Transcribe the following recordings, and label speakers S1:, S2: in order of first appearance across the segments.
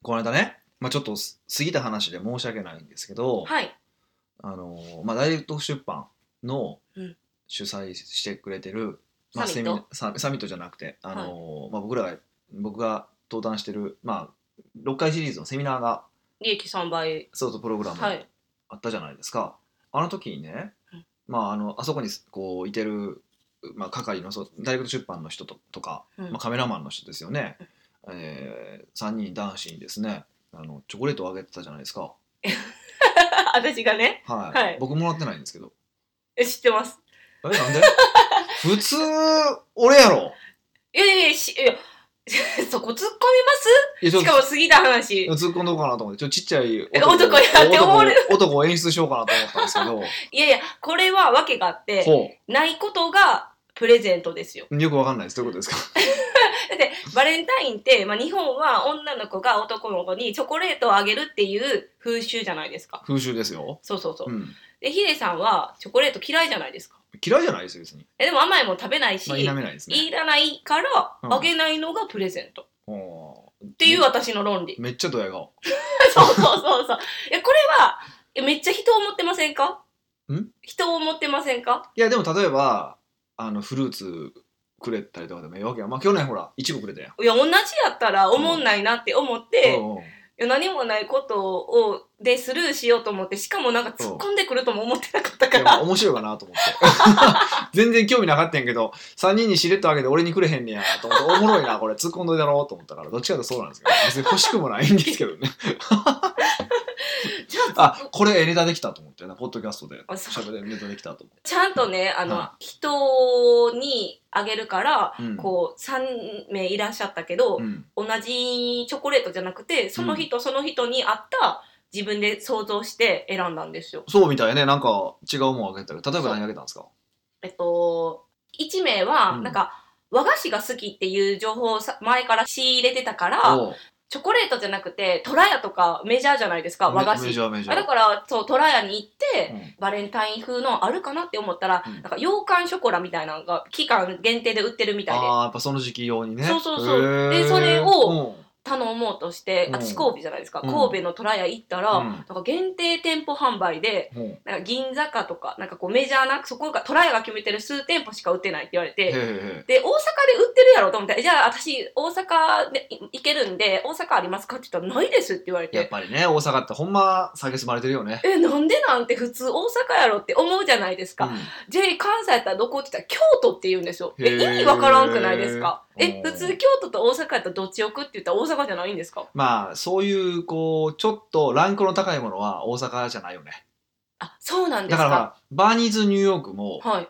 S1: この間ね、まあ、ちょっとす過ぎた話で申し訳ないんですけど、
S2: はい。
S1: あのーまあ、ダイレクト出版の
S2: うん
S1: 主催してくれてる、まあ、
S2: サミッ
S1: セミ
S2: ト
S1: ナササミットじゃなくて、あのーまあ、僕らが僕が登壇してる、まあ、6回シリーズのセミナーが
S2: 利益3倍。
S1: ソートプログラム
S2: はい。
S1: あったじゃないですか、あの時にね
S2: うん、
S1: まあ、あのあそこにこういてる、まあ、係のそうダイレクト出版の人ととか、
S2: うん
S1: まあ、カメラマンの人ですよね、えー、3人男子にですねあのチョコレートをあげてたじゃないですか、
S2: 私がね、
S1: はい
S2: はい
S1: 僕もらってないんですけど
S2: え知ってます。
S1: えなんで 普通俺やろ
S2: いやいやいやし、いや そこ突っ込みま
S1: いやち
S2: す
S1: ょっ
S2: しかも過ぎた話。
S1: と突っ込んどこうかなと思ってちょっとちっちゃい
S2: え男やって思われる
S1: 男を男を演出しようかなと思ったんですけ ど
S2: いやいや、これは訳があって、
S1: ほ
S2: ないことがプレゼントですよ。
S1: うよくわかんないですどういうことですか
S2: だって、バレンタインって、まあ、日本は女の子が男の子にチョコレートをあげるっていう風習じゃないですか。
S1: 風習ですよ、
S2: そうそうそうう。
S1: ん、
S2: で、ヒデさんはチョコレート嫌いじゃないですか。
S1: 嫌いじゃないですよ別に、
S2: えでも甘いもん食べないし、
S1: まあ、否めないですね
S2: いらないから、
S1: うん
S2: あげないのがプレゼント。っ
S1: おー
S2: ていう私の論理。
S1: めっちゃドヤ顔
S2: そうそうそうそう。いや、これは、いやめっちゃ人を思ってませんか
S1: ん
S2: 人を思ってませんか
S1: いやでも例えばあのフルーツくれたりとかでもいいわけやまあ去年ほらいちごくれたやん
S2: いや、同じやったら思んないなって思って、い
S1: うんうん
S2: や何もないことを、で、スルーしようと思って、しかもなんか突っ込んでくるとも思ってなかった
S1: で
S2: か
S1: も
S2: ら。
S1: 面白いかなと思って 全然興味なかったんやけど3人にしれっとあげて俺にくれへんねやと思っておもろいなこれ突っ込んどいたろうと思ったからどっちかとそうなんですけど別に欲しくもないんですけど ね
S2: ちゃんと、
S1: あこれエネタできたと思ってなポッドキャストで
S2: あ
S1: し
S2: そう
S1: ゃべるネタできたと思
S2: ちゃんとね、あの、
S1: は
S2: 人にあげるから、
S1: うん
S2: こう、3名いらっしゃったけ
S1: っ
S2: ど、
S1: て、うん、
S2: 同じチョコレートじゃなくて、その人、その人に合った自分で想像して選んだんですよ。
S1: そうみたいねなんか違うもんあげたけど例えば何あげたんですか
S2: えっと、1名は、
S1: うん
S2: なんか、和菓子が好きっていう情報をさ前から仕入れてたから、
S1: おう
S2: チョコレートじゃなくて、トラヤとかメジャーじゃないですか、和菓
S1: メジ
S2: 子。
S1: ャーメジャ
S2: あ
S1: ー
S2: だから、そう、トラヤに行って、
S1: うん
S2: バレンタイン風のあるかなって思ったら、
S1: うん
S2: なんか、洋館ショコラみたいなのが、期間限定で売ってるみたいで、
S1: ああやっぱその時期用にね
S2: そうそうそう
S1: へー
S2: でそれを
S1: うん
S2: 頼もうとして、
S1: うん
S2: 私神戸じゃないですか、
S1: うん
S2: 神戸のトラヤ行ったら、
S1: うん
S2: なんか限定店舗販売で、
S1: うん
S2: なんか銀座かとか、なんかこうメジャーな、そこがトラヤが決めてる数店舗しか売ってないって言われ
S1: へー、
S2: て
S1: へ
S2: で、大阪で売ってるやろと思って、じゃあ私、大阪でい行けるんで、大阪ありますかって言ったら、ないですって言われ、
S1: ーやってぱりね大阪ってほんま下げすまれてるよね
S2: え、なんでなんて普通大阪やろって思うじゃないですか。
S1: う
S2: じゃあ関西やったらどこって言ったら、京都って言うんですよ。
S1: へ
S2: え、
S1: ー
S2: 意味わからんくないですか
S1: う
S2: え、
S1: ん
S2: 普通京都と大阪やったらどっち置くって言ったら大阪じゃないんですか
S1: んまあそういうこうちょっとランクの高いものは大阪じゃないよね
S2: あ、そうなんで
S1: だ
S2: す
S1: からほ
S2: から
S1: バーニーズニューヨークも
S2: はい。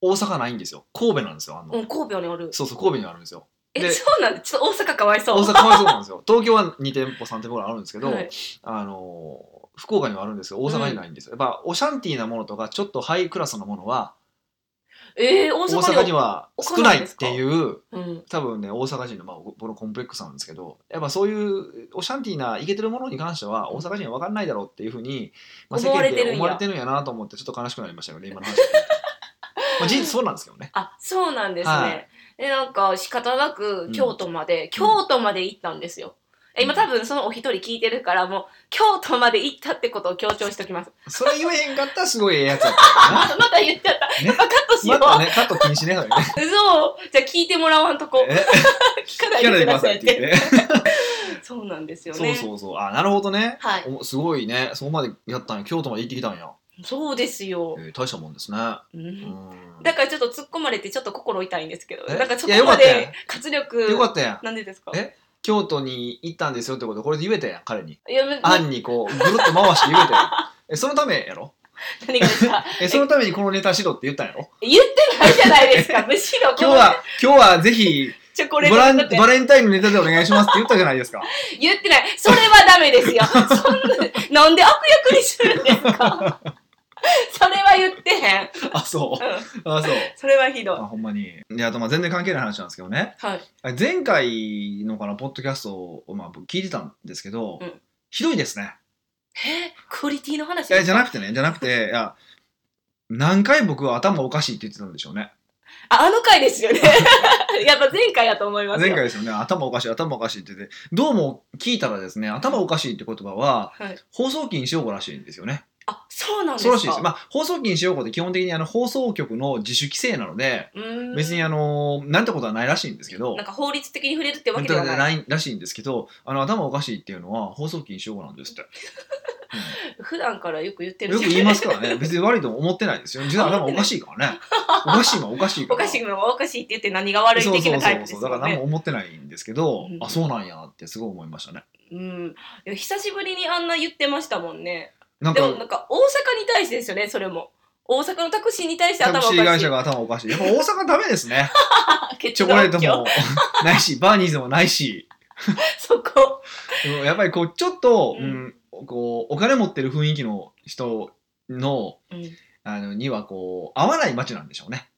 S1: 大阪ないんですよ神戸なんですよあの、
S2: うん、神戸にある。
S1: そうそう神戸にあるんですよ
S2: え、
S1: で
S2: そうなんです。ちょっと大阪かわいそう。
S1: 大阪はそうなんですよ 東京は2店舗3店舗ぐらいあるんですけど、
S2: はい
S1: あのー福岡にはあるんですよ大阪にないんですよ、やっぱオシャンティーなものとかちょっとハイクラスなものは
S2: えー、大
S1: 大
S2: 阪
S1: 阪に
S2: に
S1: は
S2: 置
S1: 少
S2: か
S1: な
S2: ないん
S1: いっ
S2: ですか
S1: ていう
S2: うん。
S1: 多分ね大阪人の、まあ、僕のコンプレックスなんですけどやっぱそういうオシャンティーなイケてるものに関しては大阪人は分かんないだろうっていうふうに、まあ、世
S2: 思わ
S1: 間
S2: れてるん
S1: で
S2: や
S1: 思われてるんやなと思ってちょっと悲しくなりましたけ どね今の話聞いてまあ事実そうなんですけどね
S2: あ、そうなんですね。
S1: はい
S2: で、なんか仕方なく
S1: うん
S2: 京都まで、京都まで行ったんですよ。え今多分そのお一人聞いてるから、もう京都まで行ったってことを強調しておき ます。
S1: それ言えへんかったらすごいええやつやったよな
S2: あまた言っちゃった。
S1: ね
S2: やっぱカットしよ
S1: また
S2: う。
S1: ねカット禁止ねそれね
S2: そう。じゃあ聞いてもらわんとこ。
S1: え
S2: 聞かない
S1: 聞かないで
S2: でく
S1: く
S2: だ
S1: だ
S2: さ
S1: さい
S2: いっ。
S1: ってて言って
S2: そうなんですよ
S1: そ
S2: ね。
S1: うそうそうあなるほどね、
S2: はい。
S1: おすごいねそこまでやったんや京都まで行ってきたんや、
S2: そうですよ
S1: え。ー大したもんですね
S2: う
S1: うんん
S2: だからちょっと突っ込まれてちょっと心痛いんですけど、
S1: え
S2: なんかそ
S1: いやよ
S2: こ
S1: か
S2: ま
S1: ったや
S2: で
S1: ん
S2: 活力、
S1: よかったやん
S2: なんでですか
S1: え京都に行ったんですよってことこれで言えたやん彼に
S2: いや、め
S1: 案にこうぐるっと回して言うてえそのためやろ
S2: 何がですか
S1: えそのためにこのネタしろって言ったんやろ
S2: 言ってないじゃないですか。むしろこ
S1: 今
S2: の
S1: 日は今日はぜひ
S2: チョコ
S1: バ
S2: レート
S1: ラン
S2: だって
S1: バレンタインのネタでお願いしますって言ったじゃないですか
S2: 言ってない。それはダメですよ。そんな、なんで悪役にするんですかそれは言ってへん。うん。
S1: あそうあそう
S2: それはひどい。
S1: あほんまにであとまあ全然関係ない話なんですけどね
S2: はい。
S1: あ前回のかなポッドキャストを、まあ、僕聞いてたんですけど、
S2: うん
S1: ひどいですね
S2: えクオリティの話
S1: いやじゃな
S2: く
S1: くてねじゃなくていや何回僕は頭おかしいって言ってたんでしょうね
S2: あ、あの回ですよね。 やっぱ前回やと思います
S1: 前
S2: よ。
S1: 回ですよね頭おかしい頭おかしいって言ってどうも聞いたらですね頭おかしいって言葉は
S2: はい。
S1: 放送禁止用語らしいんですよね
S2: あ、そうなんです
S1: そう
S2: から
S1: しいですまあ放送禁止用語って基本的にあの放送局の自主規制なので
S2: うーん
S1: 別にあのなんてことはないらしいんですけど
S2: なんか法律的に触れるってわ
S1: な
S2: け
S1: ん
S2: で
S1: てこ
S2: は
S1: とは
S2: ない。
S1: ないらしいんですけどあの頭おかしいっていうのは放送禁止用語なんですって、
S2: 普段からよく言って
S1: うん
S2: る。
S1: よく言いますかららね別に悪いとも思ってないですよ実は頭おかしいからねおかしいのはおかしいか
S2: お
S1: ら
S2: かしいのはおかしいって言って何が悪い
S1: そう
S2: 的
S1: そ
S2: な
S1: う
S2: タ
S1: そ
S2: イプ
S1: う
S2: で
S1: そ
S2: すよ
S1: うだ
S2: ね。
S1: から何も思ってないんですけど、
S2: うん
S1: あそうなんやってすごい思いましたね
S2: うん、いや久しぶりにあんな言ってましたもんね。
S1: なん
S2: でも
S1: か
S2: なんか大阪に対してですよね、それも。大阪のタクシーに対して
S1: タ
S2: 頭お
S1: ク
S2: かし
S1: シ
S2: い。
S1: ー会社が頭おかしいやっぱ大阪ダメです ね
S2: 結
S1: チョ
S2: 論
S1: コレート
S2: 今
S1: も ないしバーニーズもないし
S2: 日そこ。
S1: でもやっぱりこうちょっと、
S2: う
S1: うんこうお金持ってる雰囲気の人の
S2: うん
S1: あのにはこう合わない街なんでしょうね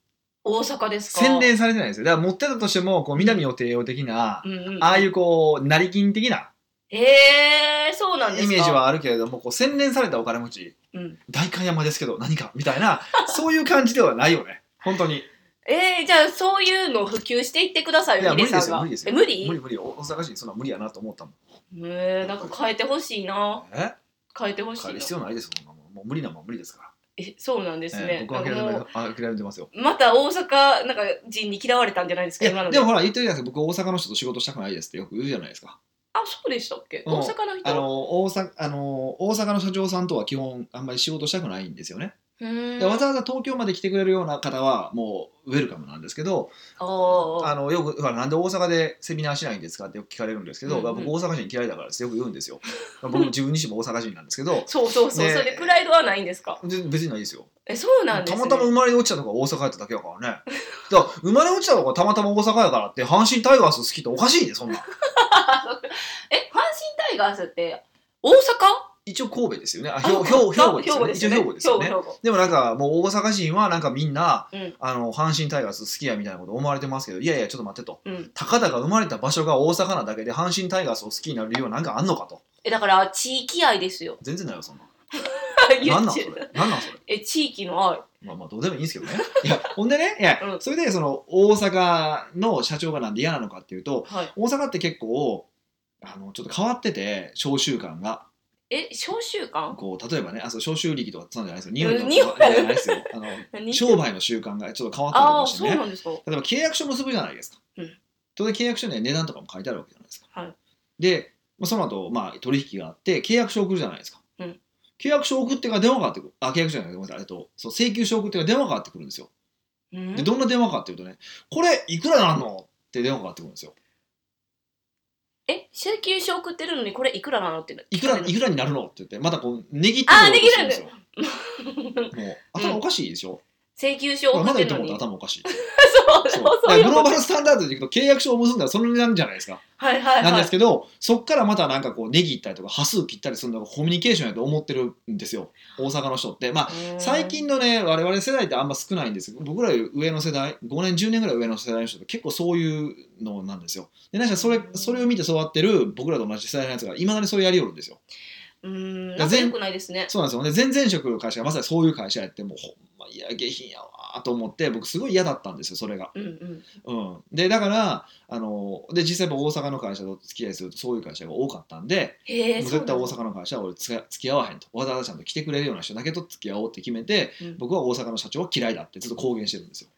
S2: 大阪ですか。
S1: 宣伝されてないですよだから持ってたとしてもこう南予定応的な、
S2: うんうん、
S1: ああいうこう成金的な
S2: えー、そうなんです
S1: イ
S2: か。
S1: メージはあるけれどもこう洗練されたお金持ち
S2: うん、
S1: 代官山ですけど何かみたいなそういう感じではないよね本当に
S2: えー、じゃあそういうのを普及していってください
S1: い
S2: よ、
S1: や
S2: ヒ
S1: 無
S2: デ
S1: 理で
S2: さん
S1: すよ
S2: が。
S1: 無理です
S2: え
S1: よ
S2: 無理
S1: 無理無理お大阪人そんな無理やなと思ったもん
S2: えー、なんか変えてほしいな。
S1: え
S2: 変えてほしい
S1: 変え
S2: な
S1: る。必要ないですそんなもんもう無理なもん無理ですから
S2: えそうなんです
S1: え
S2: ね。
S1: え僕は諦め
S2: なんかもう
S1: あ諦めてますよ
S2: また大阪なんか人に嫌われたんじゃないです
S1: い
S2: か今
S1: や
S2: の
S1: でもほら言ってるじゃないですか僕大阪の人と仕事したくないですってよく言うじゃないですか
S2: あそうでしたっけ
S1: うん
S2: 大阪の人
S1: あの大阪あの大阪の社長さんとは基本あんまり仕事したくないんですよね、
S2: うーん
S1: でわざわざ東京まで来てくれるような方はもうウェルカムなんですけど
S2: おー
S1: あのよくほらなんで大阪でセミナーしないんですかってよく聞かれるんですけど、
S2: うんうん
S1: 僕大阪人嫌いだからですよく言うんですよ僕自分自身も大阪人なんですけど
S2: そうそうそう、
S1: ね
S2: それでプライドはないんですか
S1: で別にないですよ
S2: えそうなんです、
S1: たま
S2: ね、
S1: たま生まれ落ちたとか大阪やっただけやからね だから生まれ落ちたとかたまたま大阪やからって阪神タイガース好きっておかしいねそんなん
S2: え阪神タイガースって大阪
S1: 一応神戸ですよねあ
S2: あ
S1: 兵兵兵庫
S2: 兵庫で
S1: ですす
S2: よ
S1: よ
S2: ね
S1: ね一応兵庫ですよね
S2: 兵庫兵庫
S1: でもなんかもう大阪人はなんかみんな、
S2: うん
S1: あの阪神タイガース好きやみたいなこと思われてますけどいやいやちょっと待ってと
S2: うん、
S1: たかだか生まれた場所が大阪なだけで阪神タイガースを好きになる理由はなんかあんのかと
S2: えだから地域愛で すよ
S1: 全然ないよそんなん
S2: 言
S1: なん
S2: っ
S1: なんそ
S2: ちゃ
S1: れ
S2: う
S1: なんなんそれ
S2: え地域の愛
S1: まあまあどうでもいいんですけどね。いやほんでねいや、
S2: うん
S1: それでその大阪の社長がなんで嫌なのかっていうと
S2: はい
S1: 大阪って結構あのちょっと変わってて召集感が
S2: え召集感
S1: こう例えばねあそう召集力とかそうなんじゃないですよ
S2: うん
S1: 日本と
S2: 日本
S1: かじゃないですよ あの
S2: 何
S1: 商売の習慣がちょっと変わったりと
S2: あ
S1: か
S2: あー
S1: して
S2: そう
S1: ね
S2: なんですか
S1: 例えば契約書結ぶじゃないですか、
S2: うん
S1: 当然契約書には値段とかも書いてあるわけじゃないですか、
S2: はい
S1: で、まあ、その後、まあ取引があって契約書送るじゃないですか、
S2: うん
S1: 契約書送ってから電話かかってくるあ契約書じゃないごめんなさいえっとそう請求書送ってから電話かかってくるんですよ
S2: うん
S1: でどんな電話かっていうとね「これいくらなんの?」って電話かかってくるんですよ。
S2: え請求書送ってるのにこれいくらなのって
S1: いくらいくらになるのって言ってまたこう値切って
S2: あ
S1: こう
S2: ー
S1: としてるんですよ。
S2: ら
S1: もう頭おかしいです よ。
S2: 請求書
S1: だからま
S2: 送
S1: だ
S2: って
S1: 言って
S2: るの
S1: も
S2: に
S1: らったら頭お かしい。
S2: そう
S1: そう
S2: そう
S1: だ
S2: そ
S1: か
S2: うい
S1: ら
S2: う
S1: グロ
S2: こ
S1: ー
S2: と
S1: バルスタンダードでいくと契約書を結んだらその値段じゃないですか。
S2: はいはい
S1: なん
S2: は
S1: で
S2: い
S1: すけどそっからまたなんかこう値切ったりとか端数切ったりするのがコミュニケーションやと思ってるんですよ大阪の人って。まあ最近のね我々世代ってあんま少ないんですけど僕らより上の世代5年10年ぐらい上の世代の人って結構そういうのなんですよで何しろそれそれを見て育ってる僕らと同じ世代のやつがいまだにそれやりよるんですよ
S2: うーんなんか良くないですね
S1: そうなんですよで前々職の会社がまさにそういう会社やってもうほんまいや下品やわーと思って僕すごい嫌だったんですよそれが
S2: うんうん
S1: うんでだからあので実際僕大阪の会社と付き合いするとそういう会社が多かったんで
S2: へえ
S1: もう絶対大阪の会社は俺つが付き合わへんとわざわざちゃんと来てくれるような人だけと付き合おうって決めて、
S2: うん
S1: 僕は大阪の社長は嫌いだってずっと公言してるんですよ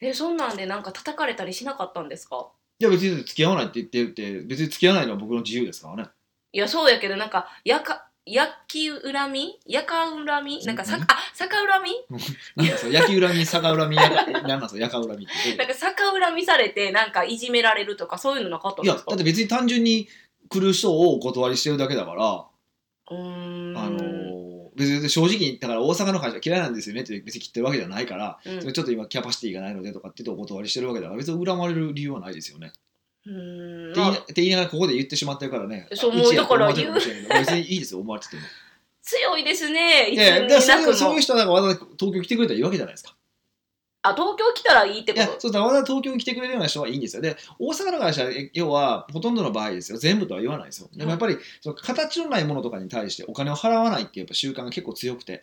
S2: えそんなんでなんか叩かれたりしなかったんですか
S1: いや別に付き合わないって言ってるって別に付き合わないのは僕の自由ですからね
S2: いやそうやけどなんかやか焼き恨みやか恨みなんかさ
S1: 何
S2: あ逆恨み
S1: なんかその焼き恨み逆恨みやなんなんその逆恨みって
S2: なんか逆恨みされてなんかいじめられるとかそういうのなかったん
S1: いや
S2: で
S1: だ
S2: すか
S1: って別に単純に来る人をお断りしてるだけだから、
S2: うーん
S1: あの別に正直だから大阪の会社嫌いなんですよねって別に切ってるわけじゃないから、
S2: うん
S1: それちょっと今キャパシティがないのでとかって言ってお断りしてるわけだから別に恨まれる理由はないですよね
S2: うーん
S1: って
S2: ま
S1: 言い
S2: あ
S1: なって言いながらここで言ってしまってるからね。
S2: そう
S1: あ一や
S2: だか
S1: 思
S2: ら
S1: われてるもしれないけど別にいいですよ、思われてて も。
S2: 強いですねいつ
S1: いやいや、
S2: に
S1: だからそういう
S2: なく
S1: そう
S2: も
S1: いう人はなんかわざわざ東京来てくれたらいいわけじゃないですか。
S2: あ東京来たらいいって
S1: い
S2: こ
S1: や、
S2: と
S1: そうだからわざわざ東京に来てくれるような人はいいんですよ。で、大阪の会社、え要はほとんどの場合ですよ、全部とは言わないですよ。でもやっぱり、その形のないものとかに対してお金を払わないっていうやっぱ習慣が結構強くて、
S2: うん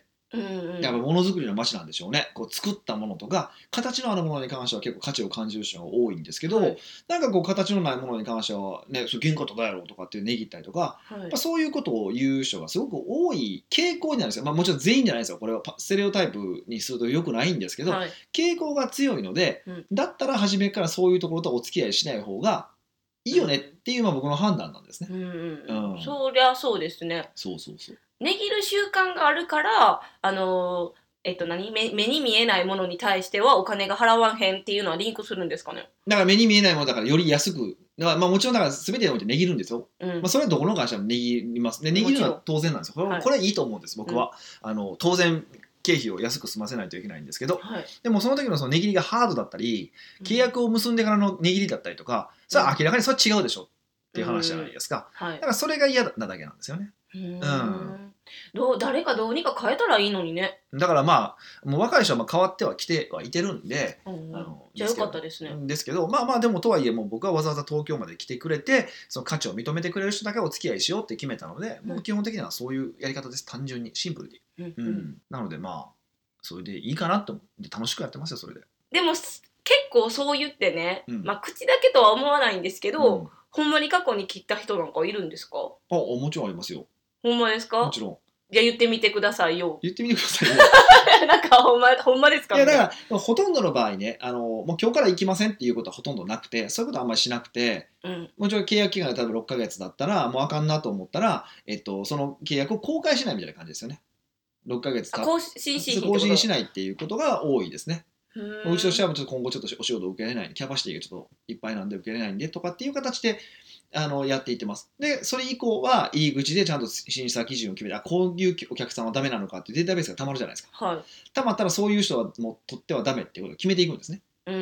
S2: うん
S1: やっぱものづくりの街なんでしょうねこう作ったものとか形のあるものに関しては結構価値を感じる人が多いんですけど、
S2: はい
S1: なんかこう形のないものに関しては、ね、そう原価とかやろうとかってねぎったりとか、
S2: は
S1: や
S2: い
S1: っぱそういうことを言う人がすごく多い傾向になるんですよ、まあ、もちろん全員じゃないですよこれはパステレオタイプにすると良くないんですけど、
S2: はい
S1: 傾向が強いので、
S2: うん
S1: だったら初めからそういうところとお付き合いしない方がいいよねっていうまあ僕の判断なんですね。
S2: うんうんう、
S1: うんん
S2: そりゃそうですね。
S1: そうそうそう
S2: 値切る習慣があるから、あのーえっと何目目に見えないものに対してはお金が払わへんっていうのはリンクするんですかね。
S1: だから目に見えないものだからより安く、まあ、まあもちろんだから全てにおいて値切るんですよ、
S2: うん
S1: まあ、それはどこの会社も値切りますね値切るのは当然なんですよこれ
S2: は
S1: はいこれはいいと思うんです僕は、あの当然経費を安く済ませないといけないんですけど
S2: はい、
S1: でもその時のその値切りがハードだったり契約を結んでからの値切りだったりとかそれは明らかにそれは違うでしょっていう話じゃないですか、
S2: は
S1: だ
S2: い
S1: か。らそれが嫌なだけなんですよね
S2: うーん
S1: うん
S2: どう誰かどうにか変えたらいいのにね。
S1: だからまあもう若い人はまあ変わってはきてはいてるんで、
S2: うん
S1: あの
S2: じゃあよかったですね。
S1: ですけどまあまあでもとはいえもう僕はわざわざ東京まで来てくれてその価値を認めてくれる人だけお付き合いしようって決めたので、もう基本的にはそういうやり方です単純にシンプルに、
S2: うん
S1: うんなのでまあそれでいいかなと思って楽しくやってますよそれで。
S2: でもす結構そう言ってね、
S1: うん
S2: まあ口だけとは思わないんですけど、
S1: うんあ
S2: ほんまに過去に切った人なんかいるんですか
S1: もちろんありますよ
S2: ほんまです
S1: も
S2: か
S1: ちろん
S2: じゃあ言ってみてくださいよ
S1: 言ってみてください よ
S2: なんかほんまほんまですか
S1: いやだからほとんどの場合ねあのもう今日から行きませんっていうことはほとんどなくてそういうことはあんまりしなくて
S2: うん
S1: もちろん契約期間が多分6ヶ月だったらもうあかんなと思ったら、えっと、その契約を更改しないみたいな感じですよね6ヶ月
S2: あ
S1: 経っ
S2: 更新し
S1: 更新し
S2: ない
S1: ないっていうことが多いですね。うちとして
S2: は
S1: はちょっと今後ちょっとお仕事を受けれないキャパシティがちょっといっぱいなんで受けれないんでとかっていう形であのやっていってます。でそれ以降は入り口でちゃんと審査基準を決めてあこういうお客さんはダメなのかっていうデータベースがたまるじゃないですか。
S2: はい
S1: たまったらそういう人はもう取ってはダメっていうことを決めていくんですね。
S2: うーん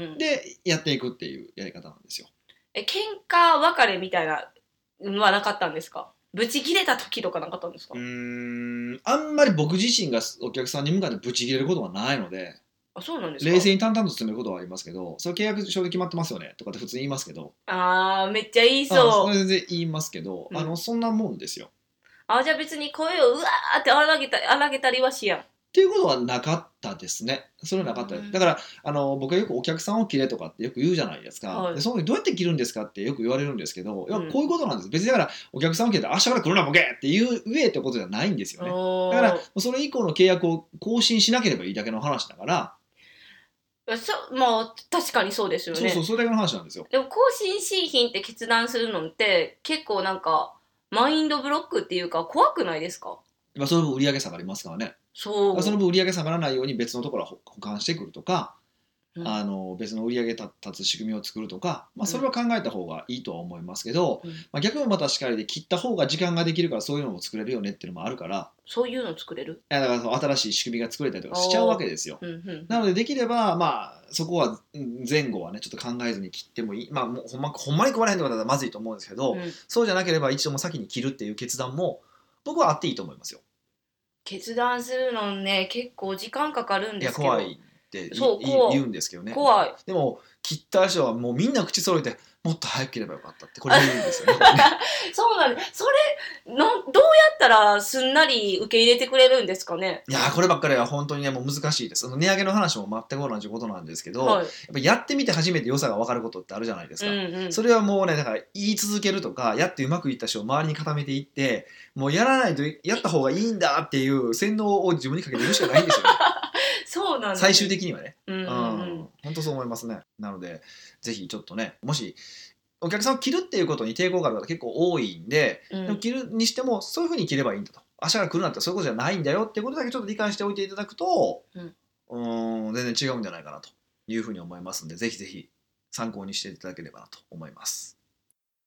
S2: うんうん
S1: でやっていくっていうやり方なんですよ。
S2: え喧嘩別れみたいなのはなかったんですかブチ切れた時とかなかったんですか、
S1: うーんあんまり僕自身がお客さんに向かってブチ切れることはないので
S2: あそうなんですか
S1: 冷静に淡々と進めることはありますけどそれ契約書で決まってますよねとかって普通に言いますけど
S2: あーめっちゃいい
S1: あ
S2: そ
S1: そ
S2: う
S1: れ全然言いますけど、
S2: うん
S1: あのそんなもんですよ。っ
S2: あじゃあ別に声をうわーって荒げた荒げたりはしやん。
S1: ていうことはなかったですね。それはなかったです
S2: うん
S1: だからあの僕はよくお客さんを切れとかってよく言うじゃないですか、
S2: はい
S1: でその時どうやって切るんですかってよく言われるんですけど、いや
S2: うん
S1: こういうことなんです別にだからお客さんを切れて明日から来るなボケっていう上ってことじゃないんですよね。
S2: おー
S1: だからそれ以降の契約を更新しなければいいだけの話だから、
S2: そまあ確かにそうですよね
S1: そうそうそれだけの話なんですよ。
S2: でも更新しい品って決断するのって結構なんかマインドブロックっていうか怖くないですか
S1: まあ、その分売り上げ下がりますからね。
S2: そう
S1: その分売り上げ下がらないように別のところは保保管してくるとか、
S2: うん
S1: あの別の売り上げ立つ仕組みを作るとか、ま
S2: うん
S1: あ、それは考えた方がいいとは思いますけど、
S2: うん
S1: まあ、逆もまたしかりで切った方が時間ができるからそういうのも作れるよねっていうのもあるから
S2: そういうの作れる
S1: いやだからその新しい仕組みが作れたりとかしちゃうわけですよ。
S2: うんうん
S1: なのでできれば、まあ、そこはうん前後はねちょっと考えずに切ってもいい、まあ、もうほんまほんまに食われへんとかだったらまずいと思うんですけど、
S2: うん
S1: そうじゃなければ一度も先に切るっていう決断も僕はあっていいと思いますよ。
S2: 決断するのね結構時間かかるん
S1: い
S2: で
S1: や
S2: すけど
S1: 怖いってい
S2: そう
S1: い
S2: 怖い
S1: 言うんですけどね
S2: 怖い
S1: でも切った人はもうみんな口揃えてもっと早く切ればよかったってこれが言うんですよね
S2: そうなんですそれなんどうやったらすんなり受け入れてくれるんですかね
S1: いやーこればっかりは本当にねもう難しいですその値上げの話も全く同じことなんですけど、やっ
S2: はい
S1: ぱやってみて初めて良さが分かることってあるじゃないですか、
S2: うんうん
S1: それはもうねだから言い続けるとかやってうまくいった人を周りに固めていってもうやらないとやった方がいいんだっていう洗脳を自分にかけていくしかないん ですよ、ね、
S2: そうなんです
S1: 最終的にはね
S2: うんうん
S1: う
S2: うん
S1: ん本当そう思いますね。なので、ぜひちょっとね、もしお客さんを着るっていうことに抵抗がある方結構多いんで、
S2: うん
S1: でも着るにしてもそういうふうに着ればいいんだと。明日から来るなんてそういうことじゃないんだよっていうことだけちょっと理解しておいていただくと、
S2: うん
S1: うん全然違うんじゃないかなというふうに思いますので、ぜひぜひ参考にしていただければなと思います。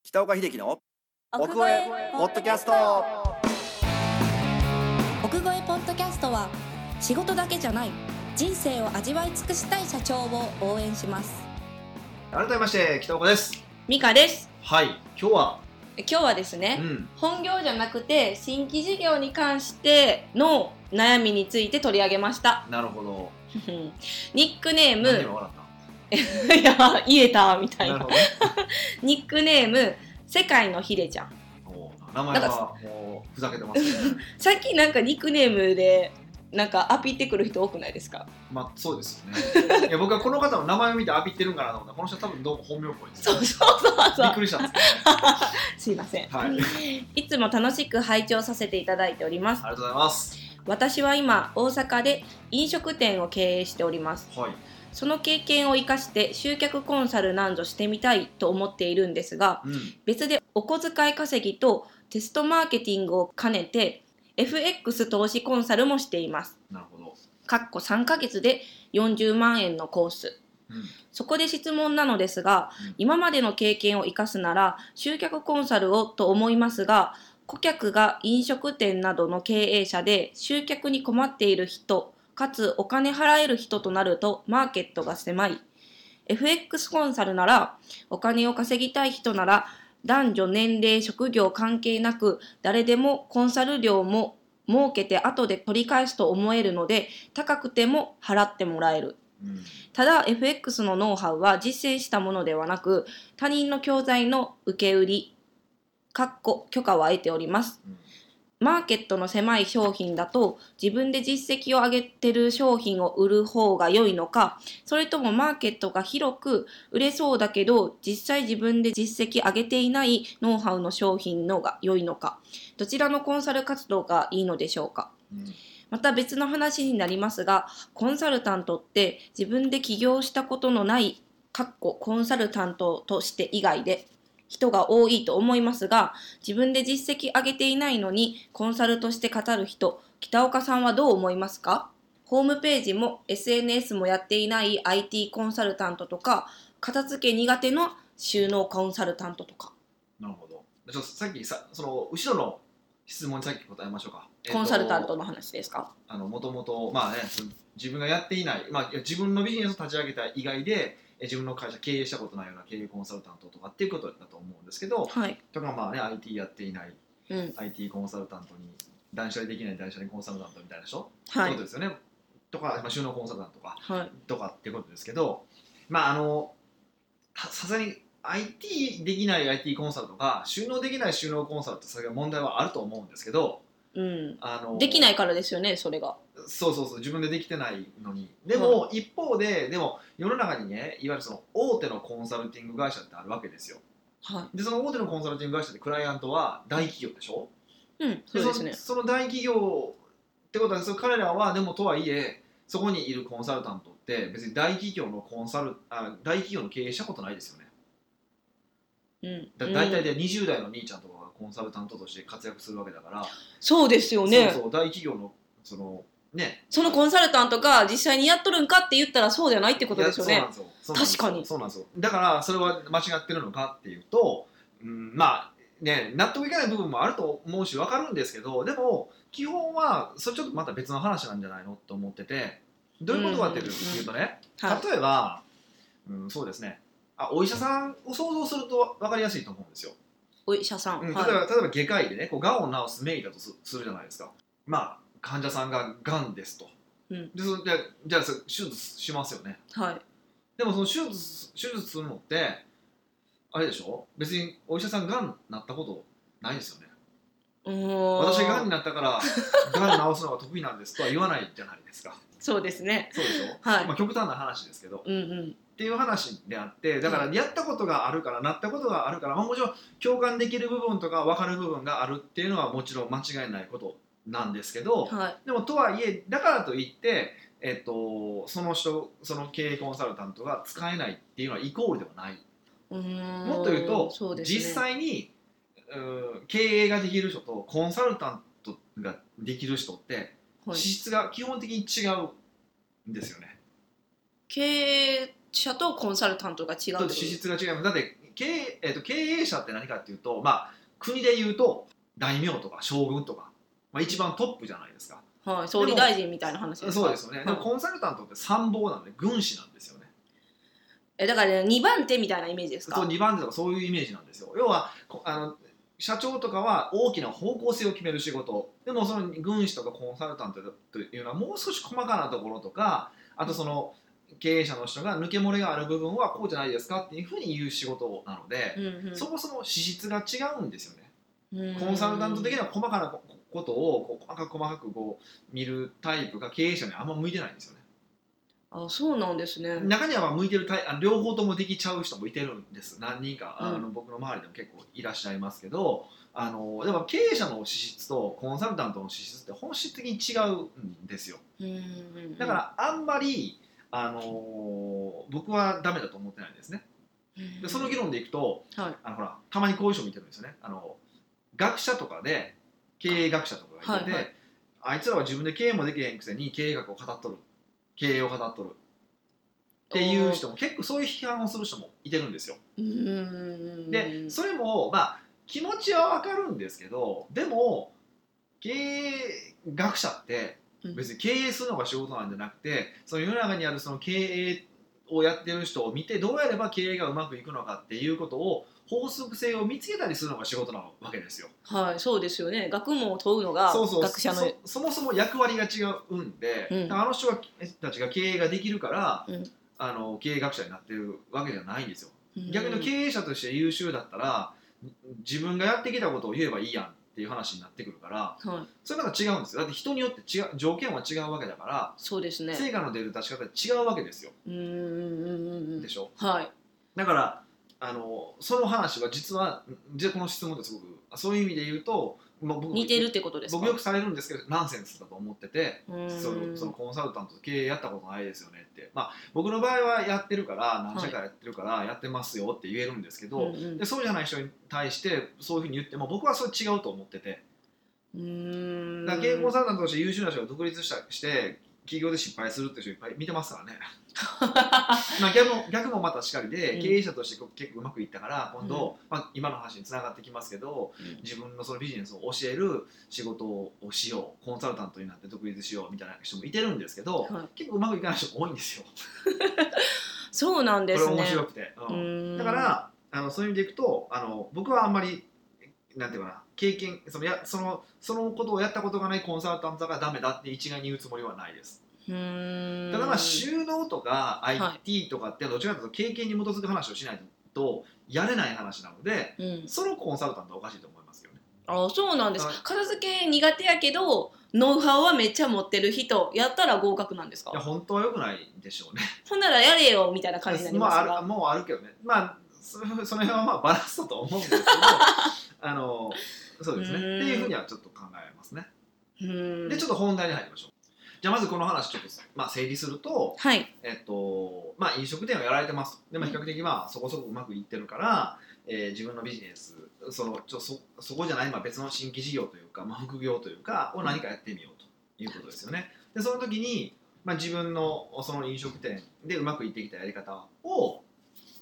S3: 北岡秀樹の
S4: 奥越え
S3: ポッドキャスト
S4: 奥越えポッドキャストは仕事だけじゃない人生を味わい尽くしたい社長を応援します
S1: 改めまして、北岡です。
S2: ミカです
S1: はい、今日は、
S2: 今日はですね、
S1: うん、
S2: 本業じゃなくて新規事業に関しての悩みについて取り上げました。
S1: なるほど。
S2: ニックネー
S1: 何で今
S2: ム、
S1: 笑
S2: いや、言えたみ
S1: った
S2: たい
S1: なる
S2: な
S1: ほ。どね。
S2: ニックネーム、世界のヒデちゃん。
S1: おー名前はもうふざけてますね。
S2: さっきなんかニックネームでなんかアピってくる人多くないですか
S1: まあそうですよねいや僕はこの方の名前を見て浴びてるんかなと思ったこの人多分どうも本名っぽいです
S2: そうそうそう
S1: び
S2: そ
S1: っ
S2: う
S1: くりしたんです
S2: すいません、
S1: はい
S2: いつも楽しく拝聴させていただいております
S1: ありがとうございます
S2: 私は今大阪で飲食店を経営しております
S1: はい
S2: その経験を生かして集客コンサルなんぞしてみたいと思っているんですが
S1: うん
S2: 別でお小遣い稼ぎとテストマーケティングを兼ねて FX 投資コンサルもしています
S1: なるほど
S2: かっこ3ヶ月で40万円のコース
S1: うん
S2: そこで質問なのですが
S1: うん
S2: 今までの経験を生かすなら集客コンサルをと思いますが顧客が飲食店などの経営者で集客に困っている人かつお金払える人となるとマーケットが狭い FX コンサルならお金を稼ぎたい人なら男女年齢職業関係なく誰でもコンサル料も儲けて後で取り返すと思えるので高くても払ってもらえる
S1: うん
S2: ただ FX のノウハウは実践したものではなく他人の教材の受け売りかっこ許可は得ております
S1: うん
S2: マーケットの狭い商品だと自分で実績を上げてる商品を売る方が良いのかそれともマーケットが広く売れそうだけど実際自分で実績上げていないノウハウの商品のが良いのかどちらのコンサル活動がいいのでしょうか
S1: うん
S2: また別の話になりますがコンサルタントって自分で起業したことのないかっこコンサルタントとして以外で人が多いと思いますが自分で実績上げていないのにコンサルとして語る人北岡さんはどう思いますかホームページも SNS もやっていない IT コンサルタントとか片付け苦手の収納コンサルタントとか
S1: なるほどちょっとさっきさその後ろの質問にさっき答えましょうか
S2: コンサルタント
S1: の
S2: の話ですか、
S1: あのもともとまあねその自分がやっていない、まあ、いや自分のビジネスを立ち上げた以外でえ自分の会社経営したことないような経営コンサルタントとかっていうことだと思うんですけど
S2: はい、
S1: とかまあね IT やっていない
S2: うん、
S1: IT コンサルタントに断捨離できない断捨離コンサルタントみたいな人、
S2: は
S1: って
S2: い
S1: ことですよねとか、まあ、収納コンサルタントとか
S2: はい
S1: とかってことですけどまああのささすがに IT できない IT コンサルとか収納できない収納コンサルってそれが問題はあると思うんですけど
S2: うん
S1: あの
S2: できないからですよねそれが
S1: そうそうそう自分でできてないのにでも、一方ででも世の中にねいわゆるその大手のコンサルティング会社ってあるわけですよ
S2: は
S1: でその大手のコンサルティング会社ってクライアントは大企業でしょ
S2: い。うん、そうですね。
S1: そのその大企業ってことはその彼らはでもとはいえそこにいるコンサルタントって別に大企業のコンサルあ大企業の経営したことないですよね
S2: うん。
S1: だ大体で20代の兄ちゃんとかがコンサルタントとして活躍するわけだから、
S2: そうですよね。そ
S1: そうそう大企業のそのね
S2: のコンサルタントが実際にやっとるんかって言ったらそうじゃないってことですよ
S1: いや
S2: ね。
S1: そうなんですよ
S2: 確かに
S1: そうなんですよだからそれは間違ってるのかっていうと、うん、まあね納得いかない部分もあると思うし分かるんですけどでも基本はそれちょっとまた別の話なんじゃないのと思っててどういうことかっていうとね、
S2: はい。
S1: 例えば、うん、そうですねあお医者さんを想像すると分かりやすいと思うんですよ。
S2: お医者さん。
S1: うん、例えば、
S2: はい。
S1: 例えば外科医でね、こう、がんを治す名医だとすするじゃないですか。まあ、患者さんががんですと。
S2: うん
S1: でそじゃあじゃあ、それ手術しますよね。
S2: はい。
S1: でもその手術手術するのってあれでしょ別にお医者さんがんなったことないですよね
S2: うーん
S1: 私がんになったからがん治すのが得意なんですとは言わないじゃないですか
S2: そうですね。
S1: そうでしょ、
S2: はい
S1: まあ、極端な話ですけど
S2: うんうん。
S1: っていう話であってだからやったことがあるからなったことがあるから、まあ、もちろん共感できる部分とか分かる部分があるっていうのはもちろん間違いないことなんですけど、
S2: はい。
S1: でもとはいえだからといって、えっと、その人その経営コンサルタントが使えないっていうのはイコールではない、
S2: うーん
S1: もっと言うと
S2: そうですね、
S1: 実際にうん経営ができる人とコンサルタントができる人って
S2: はい
S1: 資質が基本的に違うんですよね。
S2: 経営者とコンサルタントが違うってこと
S1: 資質が違うだって経営,、えっと経営者って何かっていうと、まあ、国で言うと大名とか将軍とか、まあ、一番トップじゃないですか。
S2: はい。総理大臣みたいな話ですか
S1: そうですよね、でも
S2: はい
S1: コンサルタントって参謀なんで軍師なんですよね。
S2: え、だから、ね、2番手みたいなイメージですか
S1: そう2番手とかそういうイメージなんですよ要はこあの社長とかは大きな方向性を決める仕事でもその軍師とかコンサルタントというのはもう少し細かなところとかあとその経営者の人が抜け漏れがある部分はこうじゃないですかっていうふうに言う仕事なので、
S2: うんうん
S1: そもそも資質が違うんですよね、
S2: うん
S1: コンサルタント的には細かなこことをこう細かく細かくこう見るタイプが経営者にあんま向いてないんですよね。
S2: あそうなんですね。
S1: 中にはまあ向いてるタイあ両方ともできちゃう人もいてるんです何人か、
S2: うん
S1: あの僕の周りでも結構いらっしゃいますけどあのでも経営者の資質とコンサルタントの資質って本質的に違うんですよ
S2: うんうんうん
S1: だからあんまり、あの僕はダメだと思ってないんですねでその議論でいくと、
S2: はい
S1: あのほらたまにこういう人見てるんですよねあの学者とかで経営学者とかがいてて、
S2: はいはい
S1: あいつらは自分で経営もできへんくせに経営学を語っとる経営を語っとるっていう人も結構そういう批判をする人もいてるんですよ。
S2: うんうんうん
S1: でそれもまあ気持ちはわかるんですけどでも経営学者って別に経営するのが仕事なんじゃなくてその世の中にあるその経営をやってる人を見てどうやれば経営がうまくいくのかっていうことを法則性を見つけたりするのが仕事なわけですよ。
S2: はい、そうですよね。学問を問うのが
S1: そうそう
S2: 学者の
S1: そそもそも役割が違うんで、
S2: うん
S1: だからあの人がたちが経営ができるから、
S2: うん
S1: あの経営学者になってるわけじゃないんですよ。
S2: うん
S1: 逆に経営者として優秀だったら自分がやってきたことを言えばいいやんっていう話になってくるから
S2: はい、
S1: それなんか違うんですよだって人によって違う条件は違うわけだか
S2: そうです
S1: ら
S2: ね。
S1: 成果の出る出し方違うわけですよ
S2: うんうんうんうんうん
S1: でしょ
S2: はい。
S1: だからあのその話は実はじゃあこの質問ってすごくそういう意味で言うと、まあ、僕
S2: 似てるってことですか。
S1: 僕よくされるんですけどナンセンスだと思ってて
S2: うん
S1: そのそのコンサルタントと経営やったことないですよねって、まあ、僕の場合はやってるから何社かやってるからやってますよって言えるんですけど、
S2: うんうん
S1: でそうじゃない人に対してそういうふうに言っても僕はそれ違うと思ってて
S2: うん
S1: だから経営コンサルタントとして優秀な人が独立したして企業で失敗するって人いっぱい見てますからねまあ逆も逆もまたしかりで、
S2: うん
S1: 経営者としてこう結構うまくいったから今度、まあ、今の話につながってきますけど
S2: うん
S1: 自分のそのビジネスを教える仕事をしようコンサルタントになって独立しようみたいな人もいてるんですけど、
S2: はい
S1: 結構うまくいかない人も多いんですよ。
S2: そうなんですね。
S1: これ面白くて、うん
S2: うん
S1: だからあのそういう意味でいくとあの僕はあんまりなんていうかな経験そのやそのそのことをやったことがないコンサルタントがダメだって一概に言うつもりはないです。
S2: うん
S1: ただまあ収納とか
S2: い
S1: IT とかってどちらかというと経験に基づく話をしないとやれない話なので
S2: うん、
S1: そのコンサルタントはおかしいと思いますよね。
S2: あそうなんです
S1: はい。
S2: 片付け苦手やけどノウハウはめっちゃ持ってる人やったら合格なんで
S1: い
S2: す
S1: や
S2: か。
S1: 本当は良くないでしょうね。
S2: ほんならやれよみたいな感じになります
S1: まあ、あ
S2: が
S1: る。 もうあるけどね。まあそその辺はまあバランスだと思うんですけ どあのそうですね。っていうふうにはちょっと考えますね。
S2: うん
S1: でちょっと本題に入りましょう。じゃあまずこの話ちょっと、まあ、整理すると、
S2: はい。
S1: えっとまあ、飲食店をやられてますで、まあ、比較的まあそこそこうまくいってるから、えー自分のビジネスそのちょそそこじゃない、まあ、別の新規事業というか、まあ、副業というかを何かやってみようということですよね。でその時に、まあ、自分のその飲食店でうまくいってきたやり方を、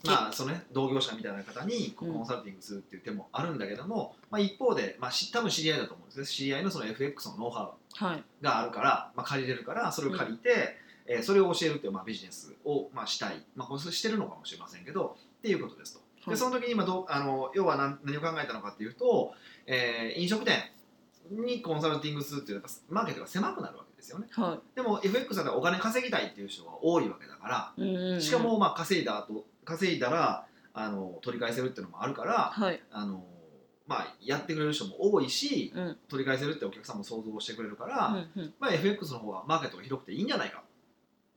S1: まあそのね、同業者みたいな方にこう
S2: うん
S1: コンサルティングするっていう手もあるんだけども、まあ、一方で、まあ、し多分知り合いだと思うんですね知り合いのその FX のノウハウ
S2: はい。
S1: があるから、まあ、借りれるからそれを借りて、えーそれを教えるっていう、まあ、ビジネスを、まあ、したい、まあ、これしてるのかもしれませんけどっていうことですと。
S2: は
S1: で
S2: い
S1: その時に今どうあの要は何何を考えたのかっていうと、えー飲食店にコンサルティングするっていうのはマーケットが狭くなるわけですよね
S2: は
S1: でも FX だったらお金稼ぎたいっていう人が多いわけだか
S2: い。うんうんう
S1: ら
S2: ん
S1: しか。もまあ稼いだ後稼いだらあの取り返せるっていうのもあるから
S2: はい。
S1: あの、まあ、やってくれる人も多いし
S2: うん。
S1: 取り返せるってお客さんも想像してくれるから、
S2: うんうん
S1: まあ、FX の方はマーケットが広くていいんじゃないか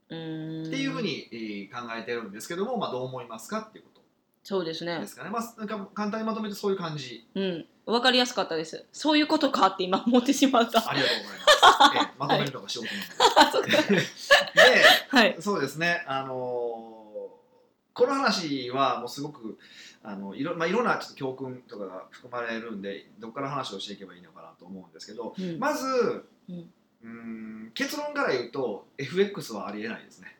S2: うん
S1: っていうふうにえー考えてるんですけども、まあ、どう思いますかっていうこ
S2: そうです
S1: と
S2: ね
S1: で。すかね、まあ、なんか簡単にまとめてそういう感 じ
S2: うん。わかりやすかったです。そういうことかって今思ってしまった。
S1: ありがとうございます、ええまとめるのが仕事なんで
S2: はい。
S1: でそうですねあのーこの話はもうすごくあのいろ,、まあ、いろんなちょっと教訓とかが含まれるんでどこから話をしていけばいいのかなと思うんですけど
S2: うん
S1: まず、
S2: うん
S1: うーん結論から言うと FX はありえないですね。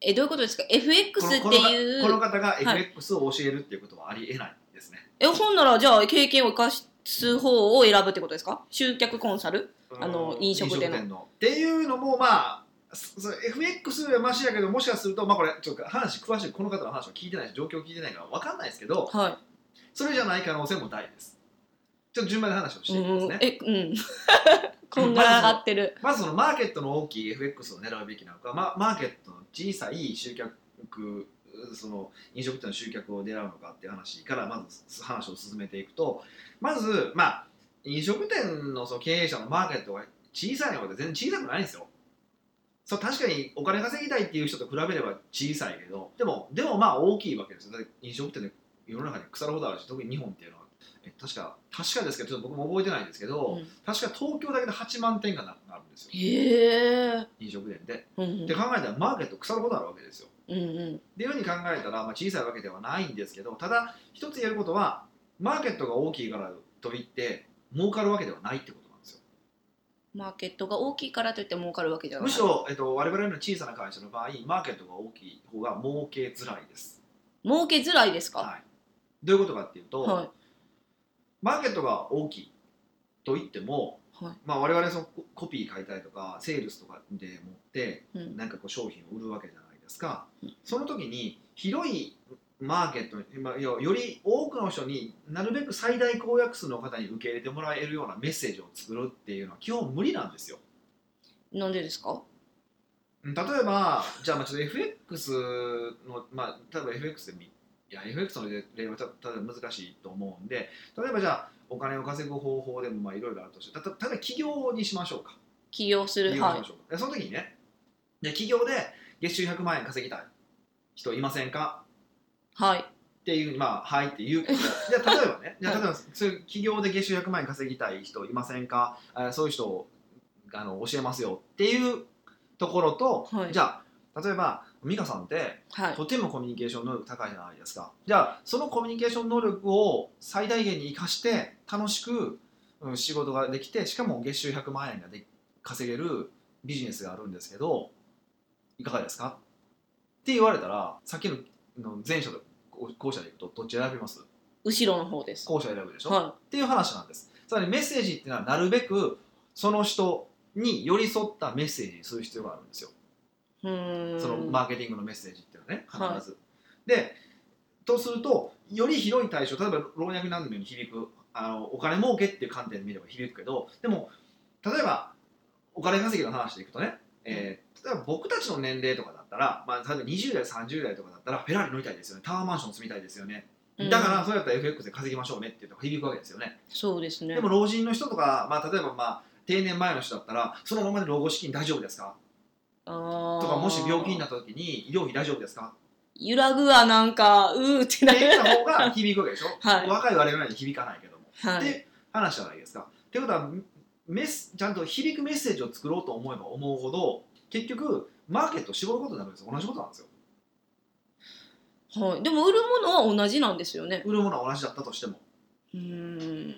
S2: えどういうことですか ?FX って
S1: この
S2: い
S1: この
S2: う
S1: 方が
S2: い
S1: FX を教えるっていうことはありえないですね、
S2: え本ならじゃあ経験を生かす方を選ぶってことですか集客コンサルあの
S1: うん
S2: 飲食店の
S1: っていうのもまあそそ FX よりはマシやけどもしかするとまあこれちょっと話詳しくこの方の話を聞いてないし状況を聞いてないから分かんないですけど
S2: は
S1: それじゃない可能性も大ですちょっと順番で話をし
S2: い。
S1: ていきますね、
S2: えうん。 こんがらがってる。
S1: まずそのマーケットの大きい FX を狙うべきなのか、ま、マーケットの小さい集客その飲食店の集客を狙うのかっていう話からまず話を進めていくとまず、まあ、飲食店のその経営者のマーケットが小さいので全然小さくないんですよそう確かにお金稼ぎたいっていう人と比べれば小さいけどでもでもまあ大きいわけですよだって飲食店で世の中に腐るほどあるし特に日本っていうのはえ確か確かですけどちょっと僕も覚えてないんですけど、
S2: うん
S1: 確か東京だけで8万店がなくなるんですよ
S2: へえ。
S1: 飲食店で
S2: うん
S1: って考えたらマーケット腐るほどあるわけですよ
S2: うんうん
S1: っていうふうに考えたら、まあ、小さいわけではないんですけどただ一つ言えることはマーケットが大きいからといって儲かるわけではないってことなんですよ
S2: マーケットが大きいからといって儲かるわけじゃない。
S1: むしろ、えっと、我々の小さな会社の場合マーケットが大きい方が儲けづらいです、
S2: 儲けづらいですか。
S1: はい、どういうことかっていうと、
S2: は
S1: マーケットが大きいと言っても、
S2: はい
S1: まあ、我々そのココピー買いたいとかセールスとかで持って
S2: い。うん
S1: なんかこう商品を売るわけじゃないですか、
S2: うん
S1: その時に広いマーケットにまあ要はより多くの人になるべく最大公約数の方に受け入れてもらえるようなメッセージを作るっていうのは基本無理なんですよ。
S2: なんでですか。
S1: うん例えばじゃあまあちょっと FX のまあ例えば FX でみいや FX の例はたただ難しいと思うんで例えばじゃあお金を稼ぐ方法でもまあいろいろあるとしてたた例えば企業にしましょうか。
S2: 起業す
S1: 利用
S2: る。
S1: し
S2: は
S1: ましょうかでその時にねで企業で月収100万円稼ぎたい人いませんか
S2: い。はい。
S1: っていうまあはいって言う けどじゃあ例えばねじゃあ例えばそういう企業で月収100万円稼ぎたい人いませんかあそういう人をあの教えますよっていうところと、
S2: はい
S1: じゃあ例えば美香さんって
S2: はい。
S1: とてもコミュニケーション能力高いじゃないですかじゃあそのコミュニケーション能力を最大限に生かして楽しく、うん、仕事ができてしかも月収100万円がで稼げるビジネスがあるんですけどいかがですかって言われたらさっきのの前者と後後者でいくとどっち選びます
S2: 後ろの方です。
S1: 後者選ぶでしょ、
S2: は
S1: っていう話なんですつまりメッセージっていうのはなるべくその人に寄り添ったメッセージにする必要があるんですよ
S2: い。うーん。
S1: そのマーケティングのメッセージっていうのはね必
S2: はい
S1: ず。でとするとより広い対象例えば老若男女に響くあのお金儲けっていう観点で見れば響くけどでも例えばお金稼ぎの話でいくとね、えー例えば僕たちの年齢とかだったら、まあ、例えば20代30代とかだったらフェラーリ乗りたいですよねタワーマンション住みたいですよね
S2: うん
S1: だからそうやったら FX で稼ぎましょうねっていうのが響くわけですよね。
S2: そうですね。
S1: でも老人の人とか、まあ、例えばまあ定年前の人だったらそのままで老後資金大丈夫ですか
S2: あー
S1: とかもし病気になった時に医療費大丈夫ですか
S2: 揺らぐわなんかうーってな
S1: って言っ
S2: る。
S1: た方が響くわけでしょ、
S2: はい
S1: 若い我々には響かないけども、
S2: は
S1: っ
S2: い。
S1: て話じゃないですか。ってことはメスちゃんと響くメッセージを作ろうと思えば思うほど結局マーケットを絞ることになるんですよ同じことなんですよ
S2: はい。でも売るものは同じなんですよね。
S1: 売るものは同じだったとしても
S2: うーん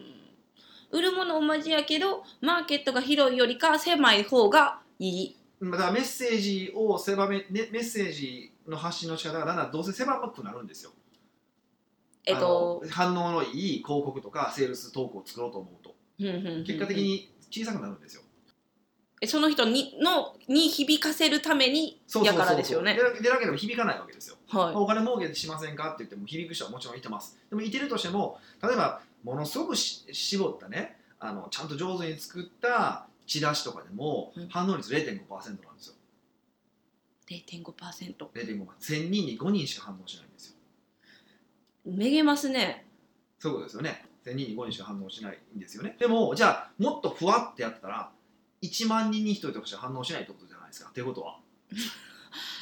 S2: 売るもの同じやけどマーケットが広いよりか狭い方がいい。
S1: うんだからメッセージを狭め、ね、メッセージの発信の仕方がだんだんどうせ狭くなるんですよ、
S2: えっと
S1: あの反応のいい広告とかセールストークを作ろうと思うと
S2: 結
S1: 結果的に小さくなるんですよ
S2: その人にのに響かせるために
S1: そうそう
S2: や
S1: そうそう
S2: からですよね。
S1: ででなければ響かないわけですよまあ
S2: は
S1: お金儲けしませんかって言っても響く人はもちろんいてますでもいてるとしても例えばものすごくし絞ったねあのちゃんと上手に作ったチラシとかでも
S2: うん
S1: 反応率0.5%なんですよ
S2: い。0.5%。
S1: 0.5%が1000人に5人しか反応しないんですよ
S2: めげますね。
S1: そういうことですよね1000人に5人しか反応しないんですよねでもじゃあもっとふわってやったら1万人に1人とかしか反応しないってことじゃないですかっていうことは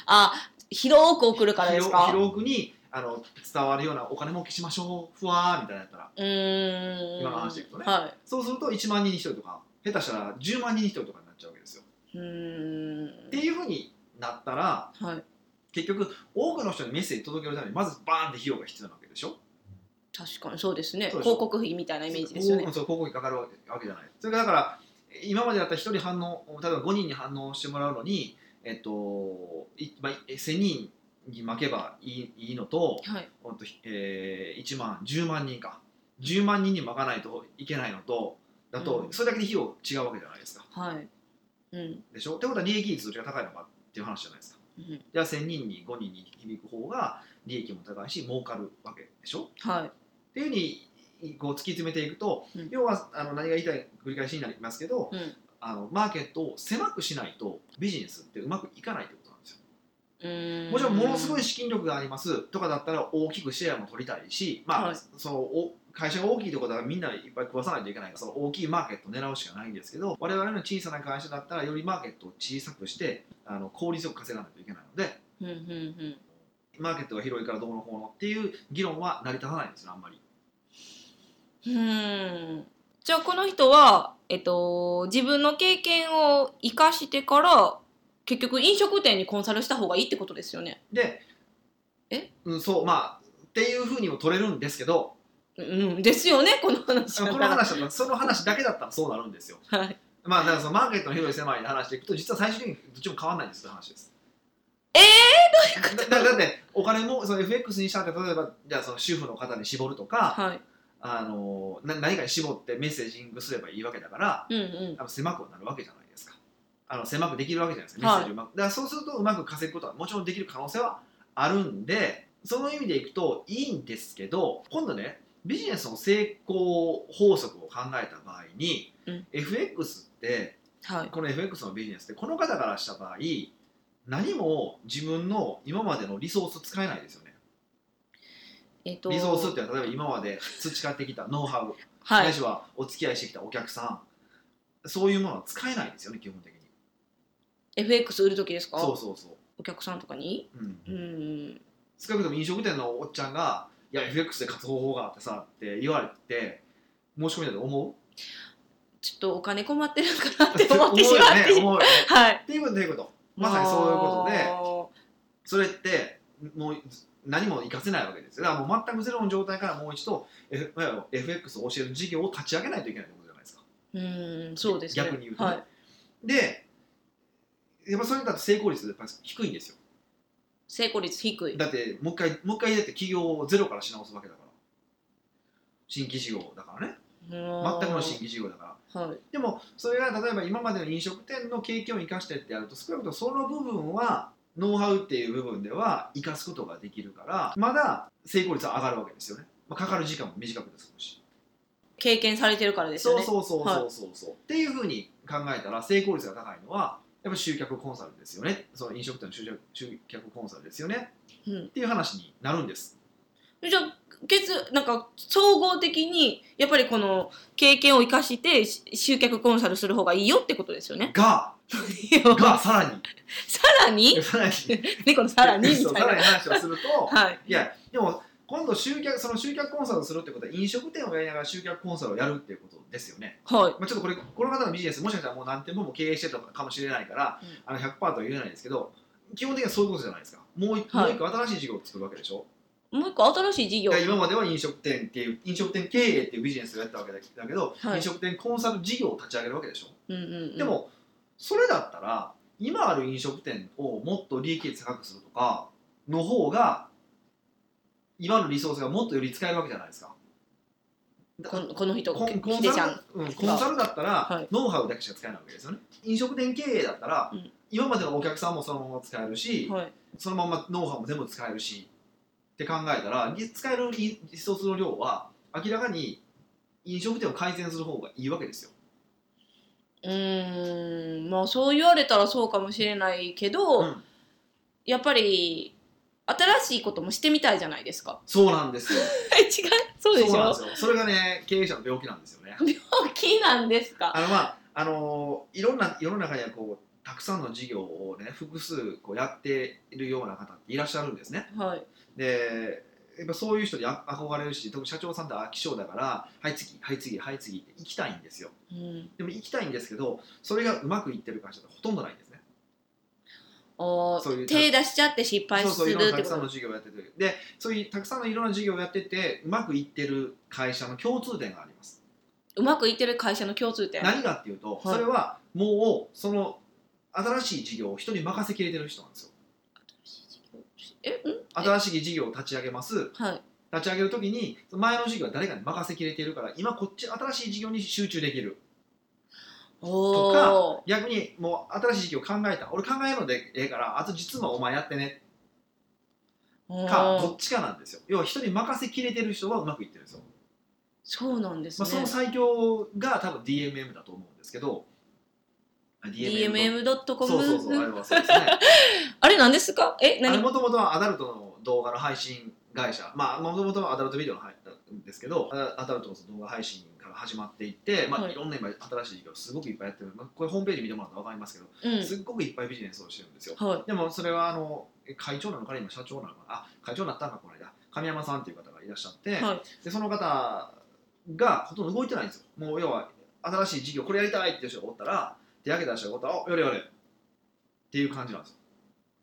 S2: あ広く送るからです
S1: 広
S2: か。
S1: 広くにあの伝わるようなお金儲けしましょうふわーみたいなやったら
S2: うーん。
S1: 今の話でいくとね
S2: は
S1: そうすると1万人に1人とか下手したら10万人に1人とかになっちゃうわけですよ。
S2: い。うーん
S1: って。いうふうになったら
S2: はい。
S1: 結局多くの人にメッセージ届けるためにまずバーンって費用が必要なわけでしょ
S2: 確かにそうですね。
S1: そうでしょ
S2: 広告費みたいなイメージですよね
S1: そう。そう広告費かかるわけじゃない。それからだから今までだったら1人反応例えば5人に反応してもらうのに、えっといまあ、1000人に負けばいいいいのと
S2: はい。
S1: ほんと、えー1万10万人か10万人に負かないといけないのとだと、
S2: うん
S1: それだけで費用違うわけじゃないですか。
S2: はい。うん。
S1: でしょってことは利益率どっちが高いのかっていう話じゃないですか。
S2: うん
S1: じゃあ1000人に5人に響く方が利益も高いし儲かるわけでしょっ
S2: はい。
S1: ていうふうにこう突き詰めていくと、
S2: うん
S1: 要はあの何が言いたい繰り返しになりますけど、
S2: うん。
S1: あのマーケットを狭くしないとビジネスってうまくいかないってことなんですよ。
S2: うーん
S1: もちろんものすごい資金力がありますとかだったら大きくシェアも取りたいし、まあ
S2: はい
S1: そのお会社が大きいところだからみんないっぱい食わさないといけないからその大きいマーケットを狙うしかないんですけど我々の小さな会社だったらよりマーケットを小さくしてあの効率よく稼がないといけないので
S2: うんうんうん
S1: マーケットが広いからどうのこうのっていう議論は成り立たないんですよあんまり。
S2: うーんじゃあこの人は、えっと、自分の経験を生かしてから結局飲食店にコンサルした方がいいってことですよね。
S1: で
S2: え
S1: うん、そうまあっていうふうにも取れるんですけど
S2: うん、ですよねこの話
S1: こ
S2: だ
S1: の
S2: から
S1: 話だったらその話だけだったらそうなるんですよ。
S2: はい
S1: まあ、だからそのマーケットの広い狭いの話でいくと実は最終的にどっちも変わらないんですって話です。
S2: え
S1: だだだってお金もその FX にしたって例えばじゃあその主婦の方に絞るとか、
S2: はい
S1: あのな何かに絞ってメッセージングすればいいわけだから
S2: うんうん
S1: あの狭くはなるわけじゃないですかあの狭くできるわけじゃないですかメッセージをうまく、だからそうするとうまく稼ぐことはもちろんできる可能性はあるんでその意味でいくといいんですけど今度ねビジネスの成功法則を考えた場合に、
S2: うん
S1: FX って
S2: はい
S1: この FX のビジネスってこの方からした場合何も自分の今までのリソース使えないですよね
S2: えっと
S1: リソースっていうのは例えば今まで培ってきたノウハウ、
S2: は
S1: ないいしはお付き合いしてきたお客さんそういうものは使えないんですよね基本的に
S2: FX 売る時ですか
S1: そうそうそ
S2: お客さんとかに
S1: う、うん、
S2: うん
S1: 少なくとも飲食店のおっちゃんが「いや FX で勝つ方法があってさ」って言われて申し込みだと思う
S2: ちょっとお金困ってるかなって思ってしま
S1: よ
S2: っ
S1: ね
S2: て、
S1: 思うよね
S2: はい
S1: っていうことっていうことまさにそういうことで
S2: と
S1: それってもう何も活かせないわけですよだからもう全くゼロの状態からもう一度 F- FX を教える事業を立ち上げないといけないってことじゃないですか
S2: でうんそうですね
S1: 逆に言うとね
S2: はい、
S1: でやっぱそれだと成功率やっぱ低いんですよ
S2: 成功率低い
S1: だってもう一回もう一回だって企業をゼロからし直すわけだから新規事業だからね
S2: 全
S1: 全くの新規事業だから
S2: はい
S1: でもそれが例えば今までの飲食店の経験を生かしてってやると少なくともその部分はノウハウっていう部分では生かすことができるからまだ成功率は上がるわけですよね、まあ、かかる時間も短くですし、
S2: 経験されてるからですよ
S1: そう
S2: ね
S1: そうそう
S2: はい
S1: そうそうそう、っていうふうに考えたら成功率が高いのはやっぱ集客コンサルですよねその飲食店の集客集客コンサルですよね
S2: うん
S1: っていう話になるんです
S2: じゃあ結なんか総合的にやっぱりこの経験を生かしてし集客コンサルする方がいいよってことですよ ね。
S1: ががさら
S2: さら
S1: に
S2: に
S1: さらに
S2: ねこのさらにみ
S1: そう
S2: た
S1: さら
S2: い
S1: に話をすると
S2: な。はい。
S1: いやでも今度集客その集客コンサルをするってことは飲食店をやりながら集客コンサルをやるっていうことですよね、
S2: は
S1: まあ、ちょっとこれこの方のビジネスもしかしたらもう何店舗も経営してたかもしれないから、
S2: うん
S1: あの100%とは言えないですけど基本的にはそういうことじゃないですかもう一個、
S2: はい
S1: もう一個新しい事業を作るわけでしょ
S2: い。もう一個新しい事業。
S1: だ
S2: は
S1: から今までは飲食店っていう飲食店経営っていうビジネスをやったわけだけど、
S2: い
S1: 飲。食店コンサル事業を立ち上げるわけでしょ
S2: うんうんうん。
S1: でもそれだったら今ある飲食店をもっと利益率高くするとかの方が今のリソースがもっとより使えるわけじゃないですか。
S2: このこの人
S1: コンコン
S2: ヒデちゃ
S1: サ
S2: ん。
S1: ルうんコンサルだったら、
S2: はい
S1: ノウハウだけしか使えないわけですよね。飲食店経営だったら、
S2: うん
S1: 今までのお客さんもそのまま使えるし、
S2: はい。
S1: そのままノウハウも全部使えるしって考えたらり使えるリリソースの量は明らかに飲食店を改善する方がいいわけですよ。
S2: うーんまあそう言われたらそうかもしれないけど、
S1: うん
S2: やっぱり新しいこともしてみたいじゃない ですか。
S1: そうなんですよ。
S2: 違うそうでし
S1: そうなん
S2: ょ
S1: ですよそれがね経営者の病気なんですよね
S2: 病気なんですか。
S1: あのまああのーいろんな世の中にはこうたくさんの事業をね複数こうやっているような方っていらっしゃるんですね
S2: はい。
S1: でやっぱそういう人にあ憧れるし特に社長さんって飽き性だからはい次はい次はい次って行きたいんですよ
S2: うん
S1: でも行きたいんですけどそれがうまくいってる会社ってほとんどないんですね
S2: お
S1: そういう
S2: 手出しちゃって失敗
S1: そう
S2: す
S1: そうい
S2: る
S1: ろんな
S2: ったて
S1: く
S2: こ
S1: さん
S2: と
S1: の事業をやっててでそういうたくさんのいろんな事業をやっててうまくいってる会社の共通点があります
S2: うまくいってる会社の共通点
S1: 何がっていうと、
S2: はい
S1: それはもうその新しい事業を人に任せきれてる人なんですよ
S2: えうん
S1: 新しい事業を立ち上げます
S2: はい
S1: 立ち上げるときに前の事業は誰かに任せきれてるから今こっち新しい事業に集中できる
S2: おお
S1: 逆にもう新しい事業考えた俺考えるのでええからあと実はお前やってねかどっちかなんですよ要は人に任せきれてる人はうまくいってるんですよ、
S2: そうなんです
S1: まあ、そ
S2: ね、
S1: の最強が多分 DMM だと思うんですけどあ
S2: DMM.com
S1: そうそうそうあれはそうですね
S2: あれなんですかえ
S1: あれ
S2: 何
S1: もともとはアダルトの動画の配信会社まあもともとはアダルトビデオの配んですけどあアダルトのその動画配信から始まっていって、まあ
S2: はい
S1: い、ろんな今新しい事業すごくいっぱいやってる、まあ、これホームページ見てもらったら分かりますけど、す
S2: う
S1: っごくいっぱいビジネスをしてるんですよ
S2: ん。はい。
S1: でもそれはあのえ会長なのかな今社長なのかなあ会長になったんかこの間神山さんっていう方がいらっしゃって、
S2: はい。
S1: でその方がほとんど動いてないんですよもう要は新しい事業これやりたいっていう人がおったら手挙げた人がおったら「おやれやれ」っていう感じなんですよ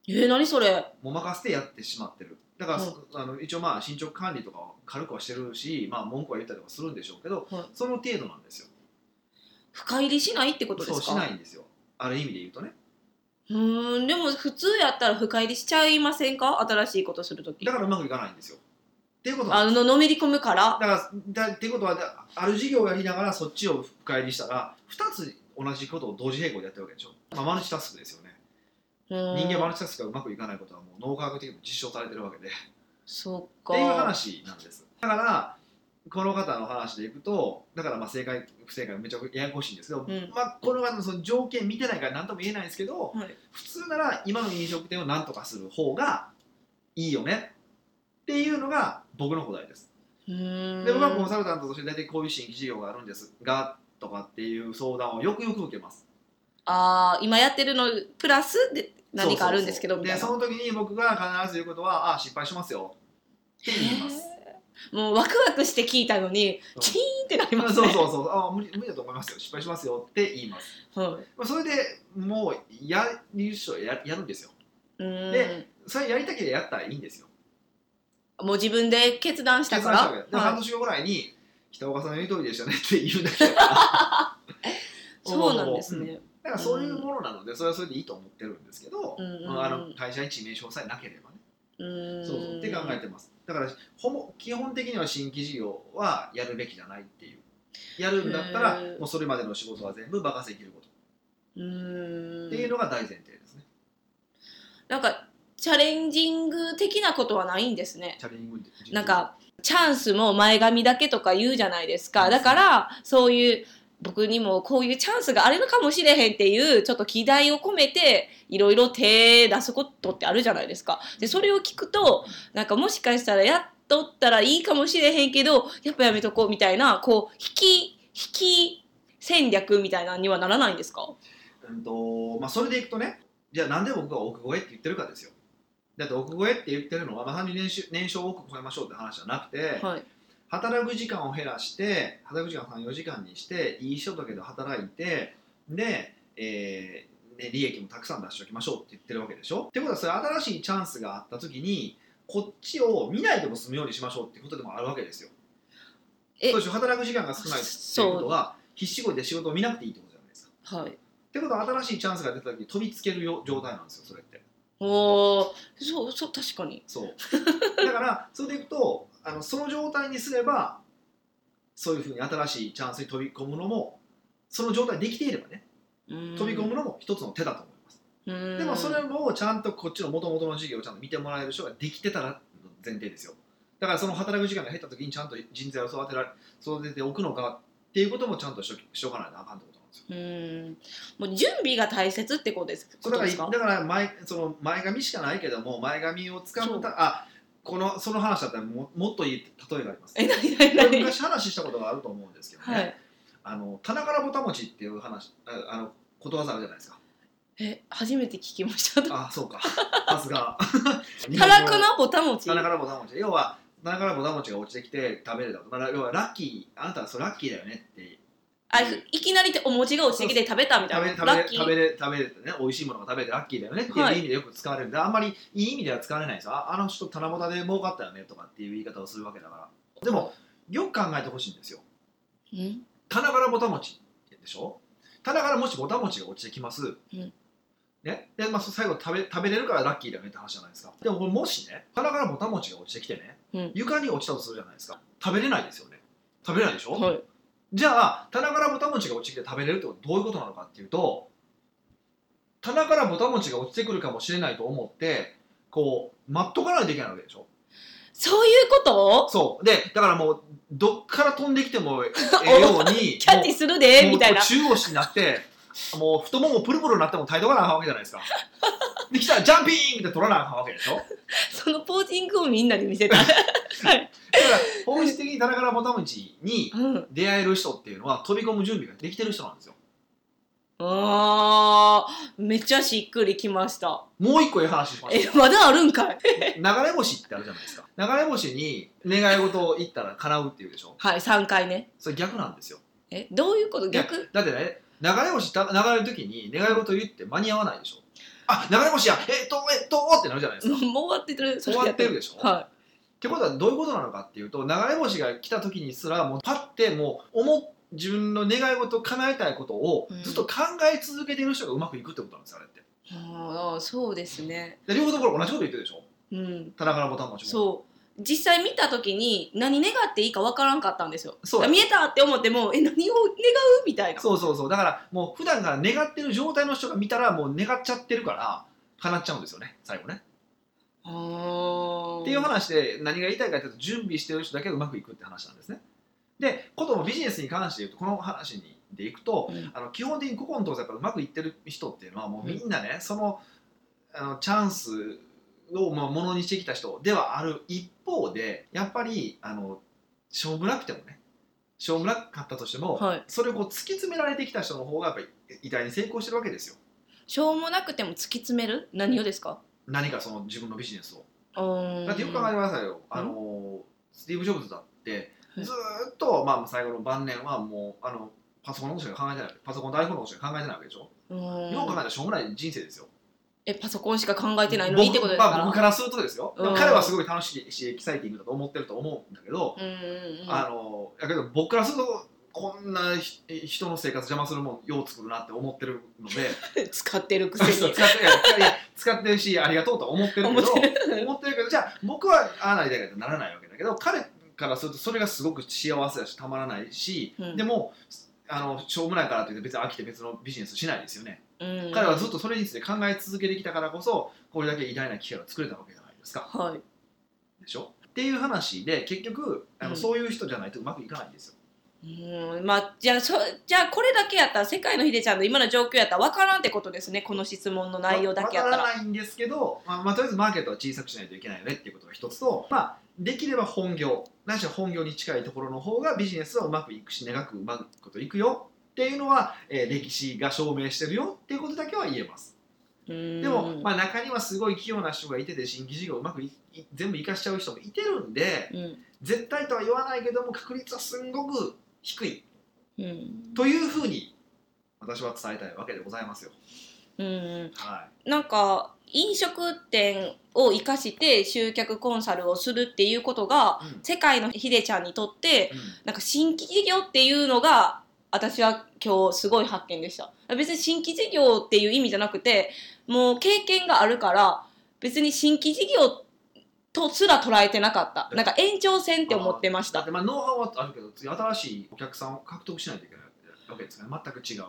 S2: えー、何それ。
S1: もう任せてやってしまってるだから、
S2: はい
S1: そあの一応まあ進捗管理とかは軽くはしてるし、まあ、文句は言ったりとかするんでしょうけど、
S2: はい
S1: その程度なんですよ
S2: 深入りしないってことです
S1: そ
S2: か。
S1: うしないんですよある意味で言うとね
S2: うーん、でも普通やったら深入りしちゃいませんか。新しいことするとき
S1: だ。からうまくいかないんですよっていうことなん
S2: あ
S1: です
S2: ののめり込むから。
S1: だからだっていうことはだある事業をやりながらそっちを深入りしたら2つ同じことを同時並行でやってるわけでしょ、まあ、マルチタスクですよね
S2: 人
S1: 人間マルチタスクがうまくいかないことはもう脳科学的にも実証されてるわけでっ
S2: そって
S1: いう話なんですだからこの方の話でいくとだからまあ正解不正解めちゃくちゃややこしいんですけど、
S2: うん
S1: まあ、この方のその条件見てないから何とも言えないんですけど、
S2: はい
S1: 普通なら今の飲食店を何とかする方がいいよねっていうのが僕の答えです
S2: うーん
S1: で僕はコンサルタントとして大体こういう新規事業があるんですがとかっていう相談をよくよく受けます
S2: ああ今やってるのプラスで何かあるんですけど
S1: そう
S2: み
S1: そ
S2: た
S1: う
S2: い
S1: そ
S2: な
S1: うでその時に僕が必ず言うことは「あ失敗しますよ」って言います
S2: へーもうワクワクして聞いたのに
S1: そう
S2: キーンってなりま
S1: あ
S2: す
S1: そう
S2: ね
S1: そうそうあ無理無理だと思いますよ失敗しますよって言います
S2: はい
S1: まあそれでもうやる人はややるんですよ
S2: うーん
S1: でそれやりたければやったらいいんですよ
S2: もう自分で決断したから
S1: 決断したわけで半
S2: はい
S1: 年後ぐらいに北岡さんの言う通りでしたねって言うだけだから
S2: そうなんです
S1: うん
S2: ね
S1: だからそういうものなのでそれはそれでいいと思ってるんですけど、
S2: うんうんうん
S1: まあ、あの会社に致命傷さえなければね
S2: うーん
S1: そうそうって考えてますだからほぼ基本的には新規事業はやるべきじゃないっていうやるんだったら
S2: うん
S1: もうそれまでの仕事は全部任せきること
S2: うーん
S1: っていうのが大前提ですね、
S2: なんかチャレンジング的なことはないんですね
S1: チャレンジング事業
S2: なんかチャンスも前髪だけとか言うじゃないですかだからそういう僕にもこういうチャンスがあるのかもしれへんっていうちょっと期待を込めていろいろ手出すことってあるじゃないですか。でそれを聞くとなんかもしかしたらやっとったらいいかもしれへんけどやっぱやめとこうみたいなこう引き引き戦略みたいなのにはならないんですか
S1: うんとまあ、それでいくとねじゃあなんで僕が億超えって言ってるかですよだって億超えって言ってるのはまさに年収年商を億超えましょうって話じゃなくて、
S2: はい、
S1: 働く時間を減らして働く時間を34時間にしていい人だけど働いてで、えーね、利益もたくさん出しておきましょうって言ってるわけでしょってことはそれ新しいチャンスがあった時にこっちを見ないでも済むようにしましょうってことでもあるわけですよ
S2: え
S1: そうでしょ働く時間が少ないっていうことは必死こいて仕事を見なくていいってことじゃないですか
S2: はい、
S1: ってことは新しいチャンスが出た時に飛びつけるよ状態なんですよそれって
S2: おーそうそう確かに。
S1: そうだからそれでいくとあのその状態にすればそういうふうに新しいチャンスに飛び込むのもその状態できていればね飛
S2: 飛
S1: び込むのも一つの手だと思います、でもそれもちゃんとこっちの元々の事業をちゃんと見てもらえる人ができてたらの前提ですよだからその働く時間が減った時にちゃんと人材を育てられ育てておくのかっていうこともちゃんとしときしとかないとあかんってことなんですよ
S2: うーんもう準備が大切ってことです
S1: そうだか
S2: で
S1: ら
S2: すか
S1: だから前その前髪しかないけども前髪を掴むたあこのその話だったらももっといい例えがあります
S2: え、なになにな
S1: これ
S2: に
S1: 昔話したことがあると思うんですけどね、
S2: はい。
S1: あの棚からぼたもちっていう話ああのことわざあるじゃないですか
S2: え、初めて聞きました。 た
S1: あそうかさす が
S2: らかなぼたもち。
S1: 棚からぼたもち要は棚からぼたもちが落ちてきて食べれたとだから要はラッキーあなたはそれラッキーだよねって
S2: あ、いきなりってお餅が落ちてきて食べたみた
S1: 食べ
S2: いな。
S1: 食
S2: ラ
S1: べ
S2: ッキー。
S1: 食べれ食べれてね美味しいものが食べてラッキーだよねっていう
S2: はい
S1: 意味でよく使われるんで、あんまりいい意味では使われないんですよああの人棚ぼたで儲かったよねとかっていう言い方をするわけだからでもよく考えてほしいんですよ
S2: うん。
S1: 棚からぼたもちでしょ棚からもしぼたもちが落ちてきます、
S2: ん
S1: ねでまあ、そう最後食べ食べれるからラッキーだよねって話じゃないですかでもこれもしね棚からぼたもちが落ちてきてね、
S2: うん
S1: 床に落ちたとするじゃないですか食べれないですよね食べれないでしょ、
S2: はい。
S1: じゃあ棚からぼたもちが落ちてきて食べれるってことはどういうことなのかっていうと棚からぼたもちが落ちてくるかもしれないと思ってこう待っとかないといけないわけでしょ
S2: そういうこと
S1: そうでだからもうどっから飛んできてもええように
S2: キャッチするで
S1: もう
S2: みたいな。
S1: 中腰になってもう太ももプルプルになっても態度がなあかんわけじゃないですかできたらジャンピングって取らなあかんわけでしょだか
S2: そのポージングをみんなに 見せた。はい。
S1: ら本質的に田中らぼたもちに
S2: うん。
S1: 出会える人っていうのは飛び込む準備ができてる人なんですよ
S2: あー、めっちゃしっくりきました。
S1: もう一個いい話しま
S2: え
S1: し、ょう
S2: まだあるんかい
S1: 流れ星ってあるじゃないですか流れ星に願い事を言ったら叶うっていうでしょ
S2: はい、3回ね。
S1: それ逆なんですよ
S2: え、どういうこと逆
S1: だってね流れ星た流れる時に願い事言って間に合わないでしょあ流れ星やえっとえっとってなるじゃないで
S2: も
S1: すか
S2: う終わってる。
S1: 終わってるでしょ、っ
S2: は
S1: てことはどういうことなのかっていうと流れ星が来た時にすらもうパッてもう思っ自分の願い事を叶えたいことを
S2: うん
S1: ずっと考え続けている人がうまくいくってことなんですよあれって
S2: い。あー、そうですね。
S1: で両方ところ同じこと言ってるでしょ
S2: うん。
S1: 田中のボタン持ちも
S2: そう。実際見た時に何願っていいかわからんかったんですよ。
S1: そうや
S2: 見えたって思っても、え、何を願うみたいな。
S1: そうそうそうだからもう普段から願ってる状態の人が見たらもう願っちゃってるから叶っちゃうんですよね最後ね
S2: あー。
S1: っていう話で何が言いたいかというと準備してる人だけがうまくいくって話なんですね。でこともビジネスに関して言うとこの話にでいくと、
S2: うん
S1: あの基本的に古今東西からうまくいってる人っていうのはもうみんなね、そのあのチャンスをまあものにしてきた人ではある一方でやっぱりあのしょうもなくてもねしょうもなかったとしても、
S2: はい。
S1: それをこう突き詰められてきた人の方がやっぱり偉大に成功してるわけですよ
S2: しょうもなくても突き詰める何をですか
S1: 何かその自分のビジネスを。だ
S2: だ
S1: ってよく考えてくださいよ、あのスティーブ・ジョブズだって
S2: はい
S1: ずーっと、まあ、最後の晩年はもうあのパソコンのことしか考えてないパソコンと iPhone のことしか考えてないわけでしょ、よう考えたらしょうもない人生ですよ
S2: えパソコンしか考えてないの
S1: 僕
S2: にってことです
S1: ま
S2: か
S1: あ、
S2: ら、
S1: 僕からするとですよ、でも
S2: うん
S1: 彼はすごい楽しいしエキサイティングだと思ってると思うんだけど、
S2: うんうんうん
S1: あのだけど僕からするとこんなひ人の生活邪魔するもんよう作るなって思ってるの で
S2: 使ってるく
S1: 使っ
S2: せに
S1: ていやいや使ってるしありがとうとは思ってる
S2: 思
S1: け
S2: っ
S1: ど
S2: てる
S1: 思ってるけどじゃあ僕はああなりたいけどならないわけだけど彼からするとそれがすごく幸せだしたまらないし、
S2: う ん
S1: でもあのしょうもないからといって別に飽きて別のビジネスしないですよね、
S2: うん
S1: 彼はずっとそれについて考え続けてきたからこそこれだけ偉大な機会を作れたわけじゃないですか
S2: はい
S1: でしょっていう話で結局あの、
S2: うん
S1: そういう人じゃないとうまくいかないんですよ
S2: うんまあ、じゃあそじゃあこれだけやったら世界のヒデちゃんの今の状況やったら分からんってことですねこの質問の内容だけやった
S1: わ
S2: ら
S1: からないんですけど、まあまあとりあえずマーケットは小さくしないといけないよねっていうことが一つと、まあ、できれば本業ないしは本業に近いところの方がビジネスはうまくいくし長くうまくこといくよっていうのは、えー歴史が証明してるよっていうことだけは言えます
S2: うん
S1: でも、まあ、中にはすごい器用な人がいてて新規事業をうまくいい全部生かしちゃう人もいてるんで
S2: うん
S1: 絶対とは言わないけども確率はすんごく低い
S2: うん
S1: というふうに私は伝えたいわけでございますよ。
S2: うん、
S1: はい
S2: なんか飲食店を生かして集客コンサルをするっていうことが、
S1: うん
S2: 世界のヒデちゃんにとって
S1: うん
S2: なんか新規事業っていうのが私は今日すごい発見でした別に新規事業っていう意味じゃなくてもう経験があるから別に新規事業とすら捉えてなかったなんか延長線って思ってまし
S1: だったてまあノウハウはあるけど次新しいお客さんを獲得しないといけないわけですから全く違う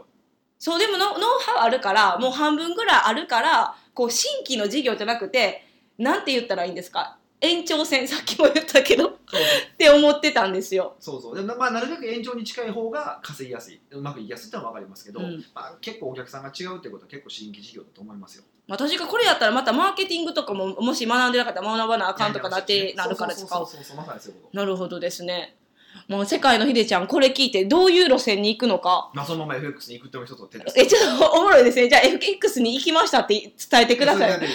S2: そうでもノノウハウあるからもう半分ぐらいあるからこう新規の事業じゃなくてなんて言ったらいいんですか延長線さっきも言ったけどっ
S1: そう
S2: て思ってたんですよ。
S1: そうそうで、まあ、なるべく延長に近い方が稼ぎやすいうまくいきやすいってのは分かりますけど、
S2: うん
S1: まあ、結構お客さんが違うってことは結構新規事業だと思いますよ
S2: まあ、確かこれやったらまたマーケティングとかももし学んでなかったら学ばなあかんとかなってなるからですか
S1: そうそうそうそうまさにそういうこと
S2: なるほどですね。もう世界のひでちゃん、これ聞いてどういう路線に行くのか。
S1: まあそのまま FX に行くっても一つの手です
S2: え、ちょっとおもろいですね。じゃあ FX に行きましたって伝えてください。
S1: それだけ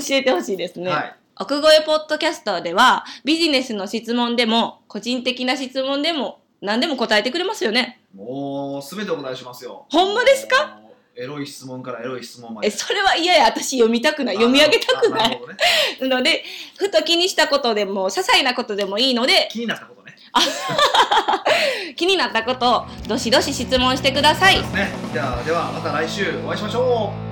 S1: でいいですは
S2: えてほしいです
S1: い、
S2: ね。
S1: はい
S2: 奥越ポッドキャストでは、ビジネスの質問でも、個人的な質問でも、何でも答えてくれますよね。
S1: もうすべてお答えしますよ
S2: ほんまです
S1: かエロい質問からエロい質問まで
S2: え、それは嫌や。私読みたくない。読み上げたく
S1: あ
S2: な
S1: る
S2: い。
S1: ほどね
S2: ので、ふと気にしたことでも、些細なことでもいいので、
S1: 気になったことね
S2: 気になったことを、どしどし質問してください。
S1: ねじゃあではまた来週お会いしましょう